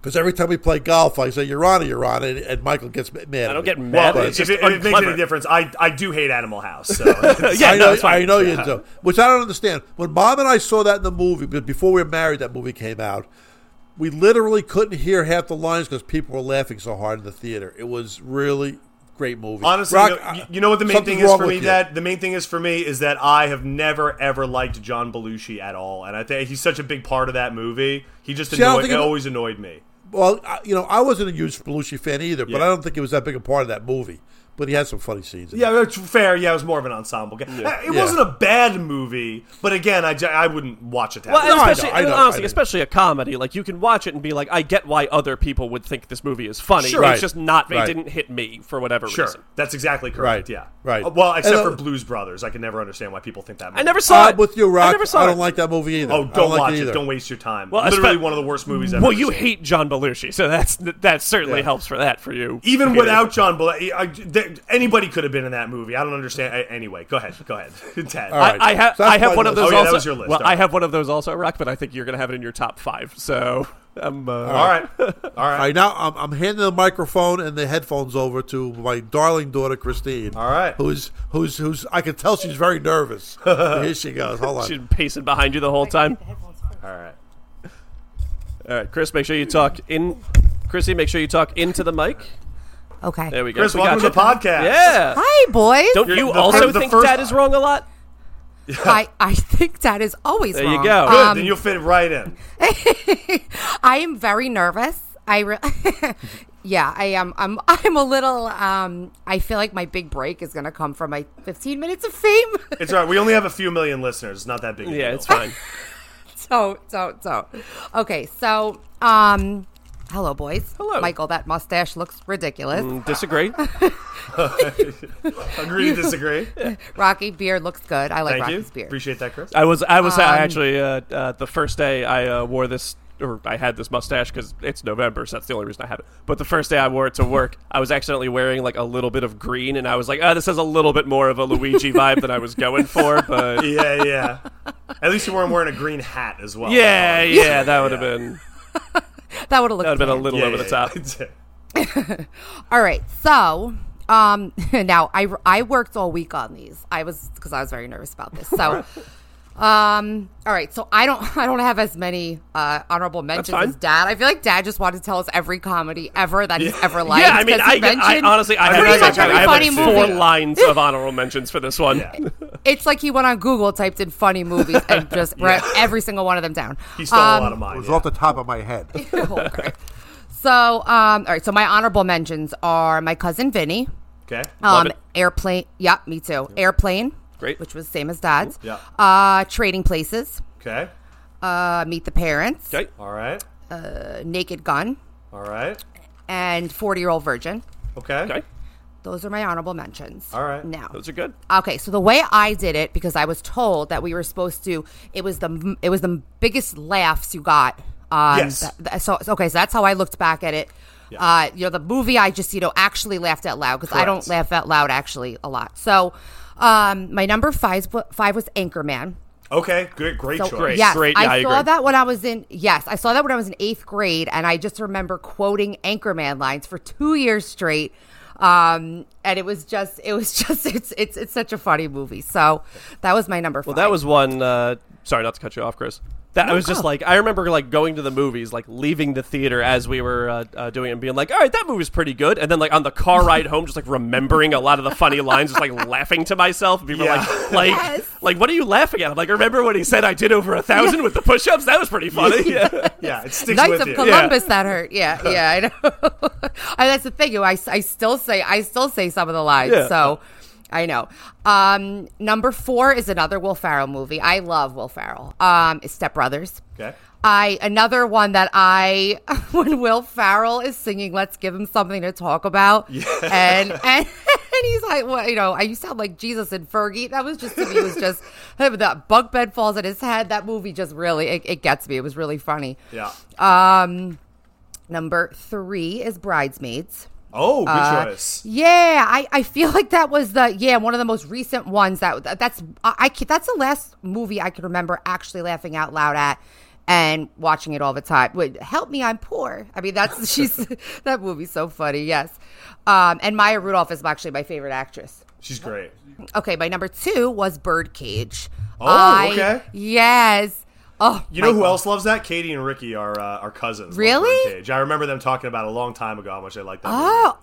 Because every time we play golf, I say you're on it, you're on it, and Michael gets mad.
I
at
don't
me.
get mad.
Well,
but it's
if,
just
it, if it makes
unclever.
any difference, I, I do hate Animal House. So.
yeah,
I
no,
know,
it's fine.
I know you do. Which I don't understand. When mom and I saw that in the movie, but before we were married, that movie came out. We literally couldn't hear half the lines because people were laughing so hard in the theater. It was really great movie.
Honestly,
Rock,
you, know,
I-
you- you know what the main
uh, something's
thing is
wrong
for
with
me.
you.
That the main thing is for me is that I have never ever liked John Belushi at all, and I think he's such a big part of that movie. He just
I don't
annoyed,
think
it
it-
always annoyed me.
well, I, you know, I wasn't a huge Belushi fan either, but
Yeah.
I don't think it was that big a part of that movie. But he had some funny scenes. in it.
Yeah, that's fair. Yeah, it was more of an ensemble game. It
Yeah.
wasn't a bad movie, but again, I, ju- I wouldn't watch it. That
Well,
way.
and
No, I
especially,
know, I know,
and
I
honestly,
know.
especially a comedy, like you can watch it and be like, I get why other people would think this movie is funny.
Sure.
but
Right.
It's just not. It
Right.
didn't hit me for whatever
Sure,
reason.
that's exactly correct.
Right,
Yeah,
right.
Uh, Well, except
And, uh,
for Blues Brothers, I can never understand why people think that. Movie.
I never saw
I'm
it
Uh, with you, Rock.
I never saw
don't
it.
like that movie either.
Oh,
I
don't,
like
watch it.
either.
Don't waste your time.
Well,
Literally
espe-
one of the worst movies ever.
Well, you hate John Belushi, so that's that certainly helps for that for you.
even
Peter.
without John Belushi, I, there, anybody could have been in that movie. I don't understand. I, anyway, go ahead. Go ahead, Ted.
All right.
I, I have
So that's
I have
my
one of
list.
those
Oh, yeah, that
also.
was your list.
Well,
All right.
I have one of those also, Rock, but I think you're gonna have it in your top five. So I'm uh,
All right. All
All
right.
right, now I'm, I'm handing the microphone and the headphones over to my darling daughter Christine.
All right.
who's who's who's? I can tell she's very nervous. Here she goes. Hold on.
she's pacing behind you the whole time.
All right.
All right, Chris, make sure you talk in. Chrissy, make sure you talk into the mic.
Okay.
There we go.
Chris,
we
welcome
got
to the
you.
podcast.
Yeah.
Hi, boys.
Don't
You're
you
the
also
fir- the
think
first-
dad is wrong a lot?
I, I think that is always
There you
wrong.
go.
Good.
Um,
then you'll fit right in.
I am very nervous. I re- yeah, I am. I'm. I'm a little. Um, I feel like my big break is going to come from my 15 minutes of fame.
It's all right. We only have a few million listeners. It's not that big. A
Yeah,
deal.
it's fine.
so, so, so. Okay, so, um, hello, boys.
Hello. Mm.
Michael. That mustache looks ridiculous.
Disagree?
Agree to disagree.
Rocky beard looks good. I like
Thank you.
Rocky's beard.
Appreciate that, Chris.
I was. I was.
Um,
I actually. Uh, uh, the first day I uh, wore this, or I had this mustache because it's November, so that's the only reason I have it. But the first day I wore it to work, I was accidentally wearing like a little bit of green, and I was like, "Oh, this has a little bit more of a Luigi vibe than I was going for." But
Yeah, yeah. At least you weren't wearing a green hat as
Oh,
well. Um,
yeah, yeah, that would have been
that would have
that
looked.
would have been a
bad.
little
Yeah,
over
yeah,
the top.
yeah.
All right. So, um, now I I worked all week on these. I was because I was very nervous about this. So, Um. All right. So I don't. I don't have as many uh, honorable mentions
fine.
as Dad. I feel like Dad just wanted to tell us every comedy ever that he's ever liked.
yeah, I mean,
'cause
I,
he mentioned-
I honestly, I
pretty
have,
much every
I have
funny
like four
movie.
lines of honorable mentions for this one.
It's like he went on Google, typed in funny movies, and just wrote every single one of them down. Um,
He stole a lot of
It
mine.
was
yeah.
off the top of my head.
Oh, great. So, um, all right. So my honorable mentions are my cousin Vinny,
Okay.
Love
um,
it.
airplane. Yeah, me too. Airplane.
Great.
Which was same as Dad's.
Yeah.
Uh, Trading Places.
Okay.
Uh, Meet the Parents. uh,
Okay.
All right.
Naked Gun.
All right.
And Forty Year Old Virgin.
Okay.
Okay.
Those are my honorable mentions.
All right.
Now.
Those are good.
Okay, so the way I did it because I was told that we were supposed to. It was the it was the biggest laughs you got. Um,
Yes.
th- th- so so, okay, so that's how I looked back at it.
Yeah.
Uh, you know, the movie I just you know actually laughed out loud because I don't
Correct.
laugh out loud actually a lot. So, um, my number five five was Anchorman.
Okay. Great. Great
So,
choice.
Great,
Yes,
great, yeah,
I
I
saw
agree.
that when I was in. Yes, I saw that when I was in eighth grade, and I just remember quoting Anchorman lines for two years straight. Um, and it was just, it was just, it's, it's, it's such a funny movie. So that was my number. Five.
Well, that was one. Uh, sorry, not to cut you off, Chris. That I was just like I remember like going to the movies, like leaving the theater as we were uh, uh, doing it, and being like, "All right, that movie's pretty good." And then like on the car ride home, just like remembering a lot of the funny lines, just like laughing to myself. People were
Yeah.
like, "Like,
Yes.
like, what are you laughing at?" I'm like, "Remember when he said I did over a thousand with the push-ups? That was pretty funny." Yeah.
Yeah. It sticks
Knights
with
of
you.
Columbus that hurt. Yeah, yeah, I know. and that's the thing. I, I still say I still say some of the lines.
Yeah.
So I know. Um, number four is another Will Farrell movie. I love Will Farrell. Um, is Step Brothers.
Okay.
I another one that I when Will Farrell is singing, let's give him something to talk about, and and, and he's like, well, you know, I you sound like Jesus and Fergie. That was just to me was just that bunk bed falls on his head. That movie just really it, it gets me. It was really funny.
Yeah.
Um, number three is Bridesmaids.
Oh, good
Uh,
choice.
Yeah, I, I feel like that was the yeah one of the most recent ones that that- that's I, I ca- that's the last movie I can remember actually laughing out loud at and watching it all the time. Would help me, I'm poor. I mean, that's she's that movie's so funny. Yes, um, and Maya Rudolph is actually my favorite actress.
She's great.
Okay, my number two was Birdcage.
Oh, okay.
Yes. Oh,
You know
my
who else loves that? Katie and Ricky are uh, are cousins. love
Really?
Birdcage. I remember them talking about it a long time ago how much they like that.
Oh,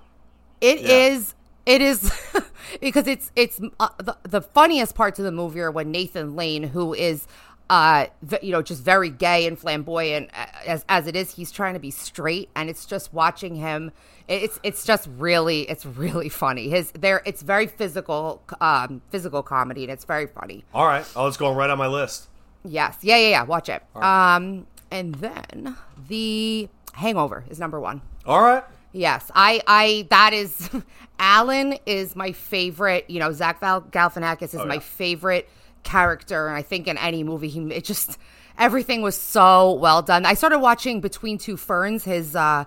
it is.
Yeah.
It is because it's it's uh, the, the funniest parts of the movie are when Nathan Lane, who is, uh, v- you know, just very gay and flamboyant a- as as it is, he's trying to be straight, and it's just watching him. it- It's it's just really it's really funny. His there it's very physical um physical comedy, and it's very funny.
movie. All right. Oh, it's going right on my list.
Yes, yeah, yeah, yeah. Watch it. Um, and then the Hangover is number one.
All right.
Yes, I, I, that is, Alan is my favorite. You know, Zach Val- Galifianakis is my
Oh, yeah.
favorite character, and I think in any movie, he it just everything was so well done. I started watching Between Two Ferns, his, uh,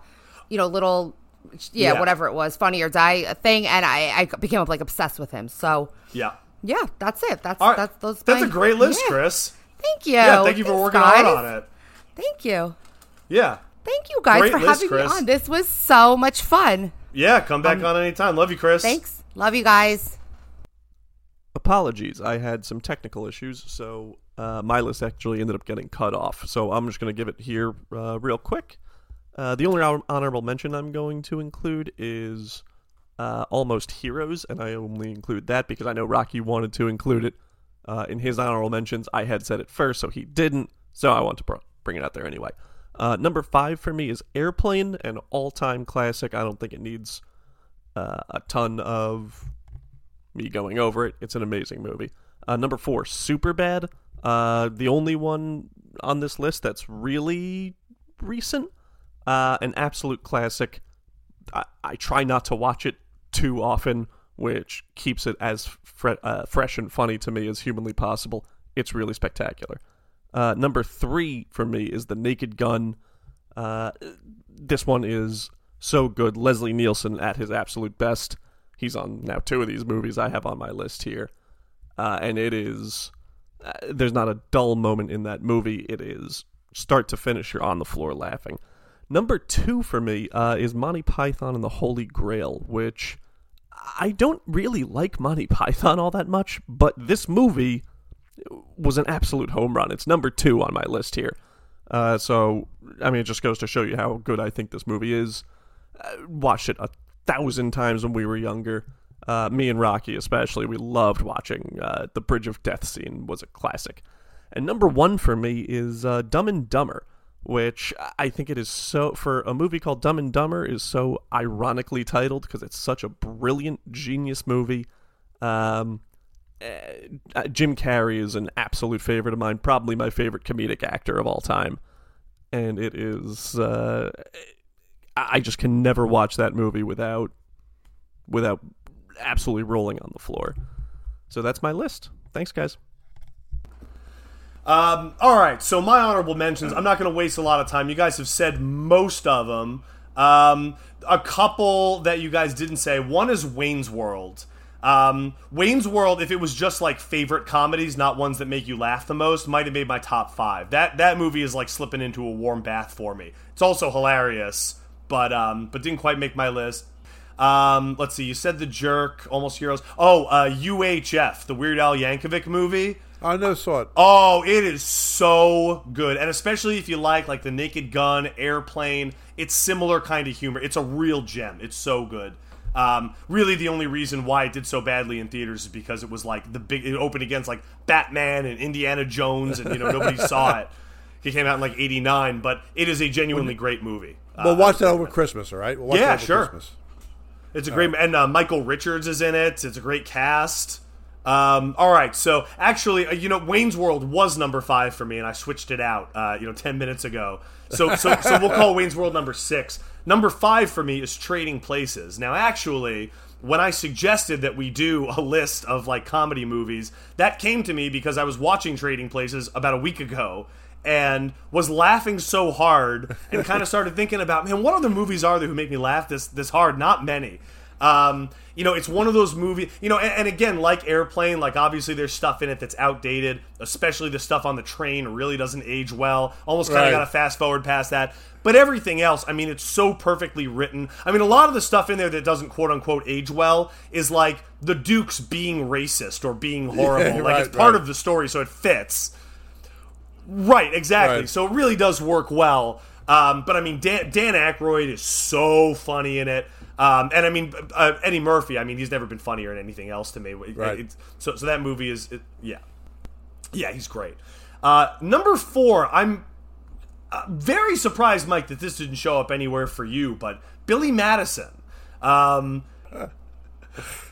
you know, little, yeah,
Yeah.
whatever it was, Funny or Die uh, thing, and I, I became like obsessed with him. So,
Yeah.
yeah, that's it. That's
All right.
that's those.
That's
my-
a great list,
Yeah.
Chris.
Thank you.
Yeah. Thank you for
Thanks,
working
guys.
hard on it.
Thank you.
Yeah.
Thank you guys
Great
for
list,
having
Chris.
me on. This was so much fun.
Yeah. Come back on anytime. Love you, Chris.
Thanks. Love you guys.
Apologies, I had some technical issues, so uh, my list actually ended up getting cut off. So I'm just going to give it here uh, real quick. Uh, the only hon- honorable mention I'm going to include is uh, Almost Heroes, and I only include that because I know Rocky wanted to include it uh, in his honorable mentions. I had said it first, so he didn't, so I want to br- bring it out there anyway. Uh, number five for me is Airplane, an all time classic. I don't think it needs uh, a ton of me going over it. It's an amazing movie. Uh, number four, Superbad. Uh, the only one on this list that's really recent. Uh, an absolute classic. I, I try not to watch it too often, which keeps it as fre- uh, fresh and funny to me as humanly possible. It's really spectacular. Uh, number three for me is The Naked Gun. Uh, this one is so good. Leslie Nielsen at his absolute best. He's on now two of these movies I have on my list here. Uh, and it is, uh, there's not a dull moment in that movie. It is start to finish, you're on the floor laughing. Number two for me uh, is Monty Python and the Holy Grail, which I don't really like Monty Python all that much, but this movie was an absolute home run. It's number two on my list here. Uh, so, I mean, it just goes to show you how good I think this movie is. Uh, watched it a thousand times when we were younger. Uh, me and Rocky, especially, we loved watching uh, the Bridge of Death scene was a classic. And number one for me is uh, Dumb and Dumber, which I think it is so for a movie called Dumb and Dumber is so ironically titled because it's such a brilliant, genius movie. Um, uh, Jim Carrey is an absolute favorite of mine, probably my favorite comedic actor of all time, and it is. Uh, I I just can never watch that movie without without absolutely rolling on the floor. So that's my list. Thanks, guys.
Um, all right, so my honorable mentions. I'm not going to waste a lot of time. You guys have said most of them. Um, a couple that you guys didn't say. One is Wayne's World. Um, Wayne's World, if it was just like favorite comedies, not ones that make you laugh the most, might have made my top five. That that movie is like slipping into a warm bath for me. It's also hilarious, but um, but didn't quite make my list. Um, let's see. You said the jerk, almost heroes. Oh, uh, UHF, the Weird Al Yankovic movie.
I never saw it.
Oh, it is so good, and especially if you like like the Naked Gun, Airplane. It's similar kind of humor. It's a real gem. It's so good. Um, really, the only reason why it did so badly in theaters is because it was like the big. It opened against like Batman and Indiana Jones, and you know nobody saw it. It came out in like '89, but it is a genuinely great movie. Uh,
Well, watch that over Christmas, all right? We'll watch
Yeah,
that over
sure.
Christmas.
It's a great and uh, Michael Richards is in it. It's a great cast. Um, all right, so actually, uh, you know, Wayne's World was number five for me, and I switched it out, uh, you know, ten minutes ago. So, so, so we'll call Wayne's World number six. Number five for me is Trading Places. Now, actually, when I suggested that we do a list of like comedy movies, that came to me because I was watching Trading Places about a week ago, and was laughing so hard and kind of started thinking about man what other movies are there who make me laugh this this hard not many um, you know it's one of those movies you know and, and again like airplane like obviously there's stuff in it that's outdated especially the stuff on the train really doesn't age well almost kind
Right.
of got to fast forward past that but everything else i mean it's so perfectly written i mean a lot of the stuff in there that doesn't quote unquote age well is like the duke's being racist or being horrible like
right,
it's part
right.
of the story so it fits Right, exactly.
Right.
So it really does work well. Um, but I mean, Dan, Dan Aykroyd is so funny in it, um, and I mean uh, Eddie Murphy. I mean, he's never been funnier in anything else to me. It-
Right.
it's- so, so that movie is, it, yeah, yeah, he's great. Uh, number four, I'm uh, very surprised, Mike, that this didn't show up anywhere for you, but Billy Madison. Um,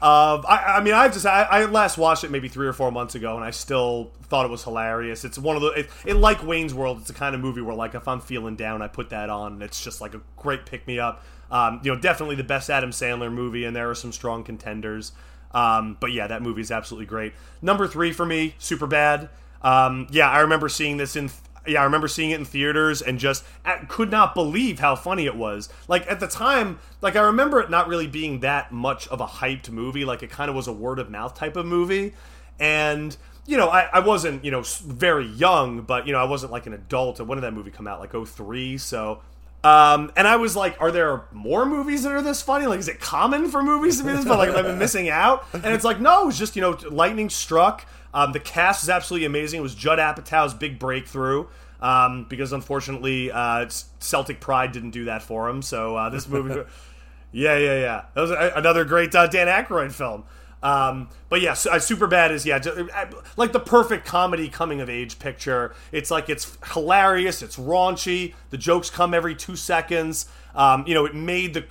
of I, I mean, I've just I, I last watched it maybe three or four months ago, and I still thought it was hilarious. It's one of the it, it like Wayne's World. It's the kind of movie where like if I'm feeling down, I put that on, and it's just like a great pick me up. Um, you know, definitely the best Adam Sandler movie, and there are some strong contenders. Um, but yeah, that movie is absolutely great. Number three for me, Super Bad. Um, yeah, I remember seeing this in. yeah, I remember seeing it in theaters and just I could not believe how funny it was. Like at the time, like I remember it not really being that much of a hyped movie. Like it kind of was a word of mouth type of movie, and you know, I, I wasn't you know s- very young, but you know, I wasn't like an adult. And when did that movie come out? Like 03, so. Um, and I was like, "Are there more movies that are this funny? Like, is it common for movies to be this? But like, I've been missing out." And it's like, no, it's just you know, lightning struck. Um, the cast is absolutely amazing. It was Judd Apatow's big breakthrough um, because unfortunately uh, it's- Celtic Pride didn't do that for him. So uh, this movie, yeah, yeah, yeah, that was a- another great uh, Dan Aykroyd film. Um, but yeah, so, uh, Superbad is yeah, ju- uh, like the perfect comedy coming of age picture. It's like it's hilarious, it's raunchy. The jokes come every two seconds. Um, you know, it made the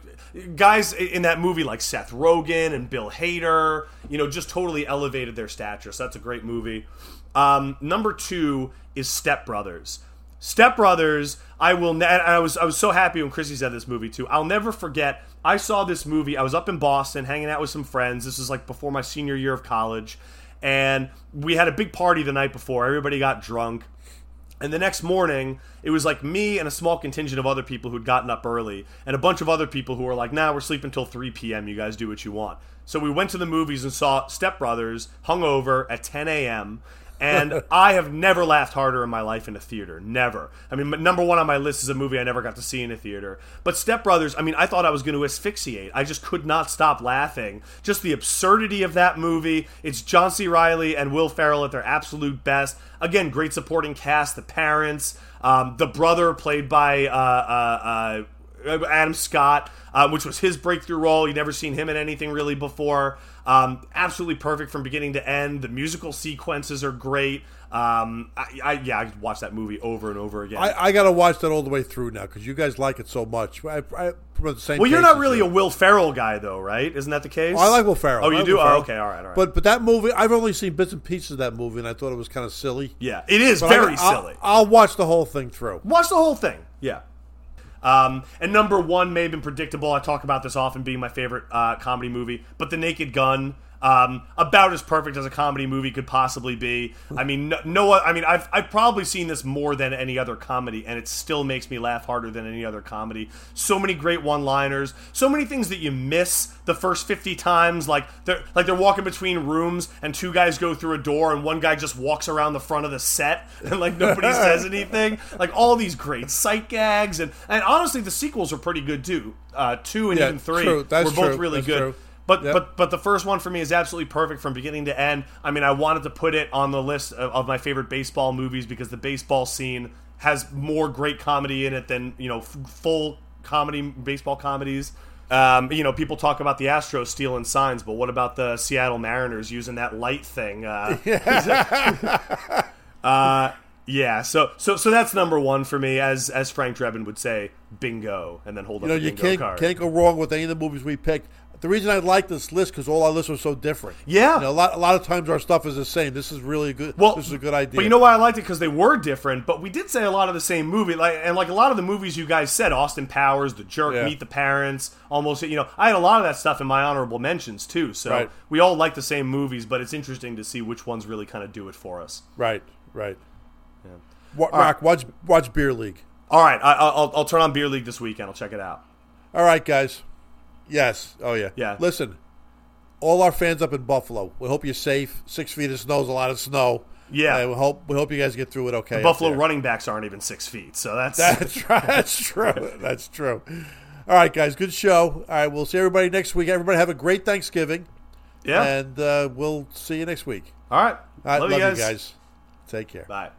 guys i- in that movie like Seth Rogen and Bill Hader, you know, just totally elevated their stature. So that's a great movie. Um, number two is Step Brothers. Step Brothers, I will. Ne- and I was I was so happy when Chrissy said this movie too. I'll never forget. I saw this movie. I was up in Boston hanging out with some friends. This is like before my senior year of college, and we had a big party the night before. Everybody got drunk. And the next morning, it was like me and a small contingent of other people who'd gotten up early, and a bunch of other people who were like, nah, we're sleeping till 3 p.m. You guys do what you want. So we went to the movies and saw Step Brothers hungover at 10 a.m. and I have never laughed harder in my life in a theater. Never. I mean, m- number one on my list is a movie I never got to see in a theater. But Step Brothers, I mean, I thought I was going to asphyxiate. I just could not stop laughing. Just the absurdity of that movie. It's John C. Riley and Will Ferrell at their absolute best. Again, great supporting cast. The parents, um, the brother played by. Uh, uh, uh, Adam Scott, uh, which was his breakthrough role. You'd never seen him in anything really before. Um, absolutely perfect from beginning to end. The musical sequences are great. Um, I, I, yeah, I could watch that movie over and over again.
I, I got to watch that all the way through now because you guys like it so much. I, I, we're the same
well, you're
taste
not
as
really
you.
a Will Ferrell guy, though, right? Isn't that the case?
Oh, I like Will Ferrell.
Oh,
I
you
like
do?
Will Ferrell.
Oh, okay, all right, all right.
But but that movie, I've only seen bits and pieces of that movie, and I thought it was kind of silly.
yeah, it is
But I-
very
I'll-
silly.
I'll, watch the whole thing through.
Watch the whole thing. Yeah. Um, and number one may have been predictable. I talk about this often being my favorite uh, comedy movie, but The Naked Gun, um, about as perfect as a comedy movie could possibly be. I mean, no, no I mean, I've, I've probably seen this more than any other comedy, and it still makes me laugh harder than any other comedy. So many great one-liners, so many things that you miss the first fifty times. Like they're like they're walking between rooms, and two guys go through a door, and one guy just walks around the front of the set, and like nobody says anything. Like all these great sight gags, and and honestly, the sequels are pretty good too. Uh, two and
Yeah,
even three
true. That's
were both
true.
really
That's
good.
true.
But
Yep.
but but the first one for me is absolutely perfect from beginning to end. I mean, I wanted to put it on the list of, of my favorite baseball movies because the baseball scene has more great comedy in it than you know f- full comedy baseball comedies. Um, you know, people talk about the Astros stealing signs, but what about the Seattle Mariners using that light thing? Uh, uh, yeah, so so so that's number one for me, as as Frank Drebin would say, bingo, and then hold
You
up
know,
the
you
bingo
can't
card.
can't go wrong with any of the movies we picked. The reason I like this list because all our lists are so different.
Yeah.
You know, a lot a lot of times our stuff is the same. This is really a good.
Well,
this is a good idea.
But you know why I liked it because they were different. But we did say a lot of the same movie, like and like a lot of the movies you guys said, Austin Powers, The Jerk,
Yeah.
Meet the Parents, almost. You know, I had a lot of that stuff in my honorable mentions too. So
Right.
we all like the same movies, but it's interesting to see which ones really kind of do it for us.
Right. Right. Wa- Rock, watch watch Beer League.
All right, I, I'll, I'll turn on Beer League this weekend. I'll check it out.
All right, guys. Yes. Oh yeah.
Yeah.
Listen, all our fans up in Buffalo. We hope you're safe. Six feet of snow is a lot of snow.
Yeah.
And we hope we hope you guys get through it okay. up
Buffalo
there.
running backs aren't even six feet, so that's
That's right. That's true. That's true. All right, guys. Good show. All right, we'll see everybody next week. Everybody have a great Thanksgiving,
yeah.
and uh, we'll see you next week.
all right,
All right,
love, you guys.
Take care.
Bye.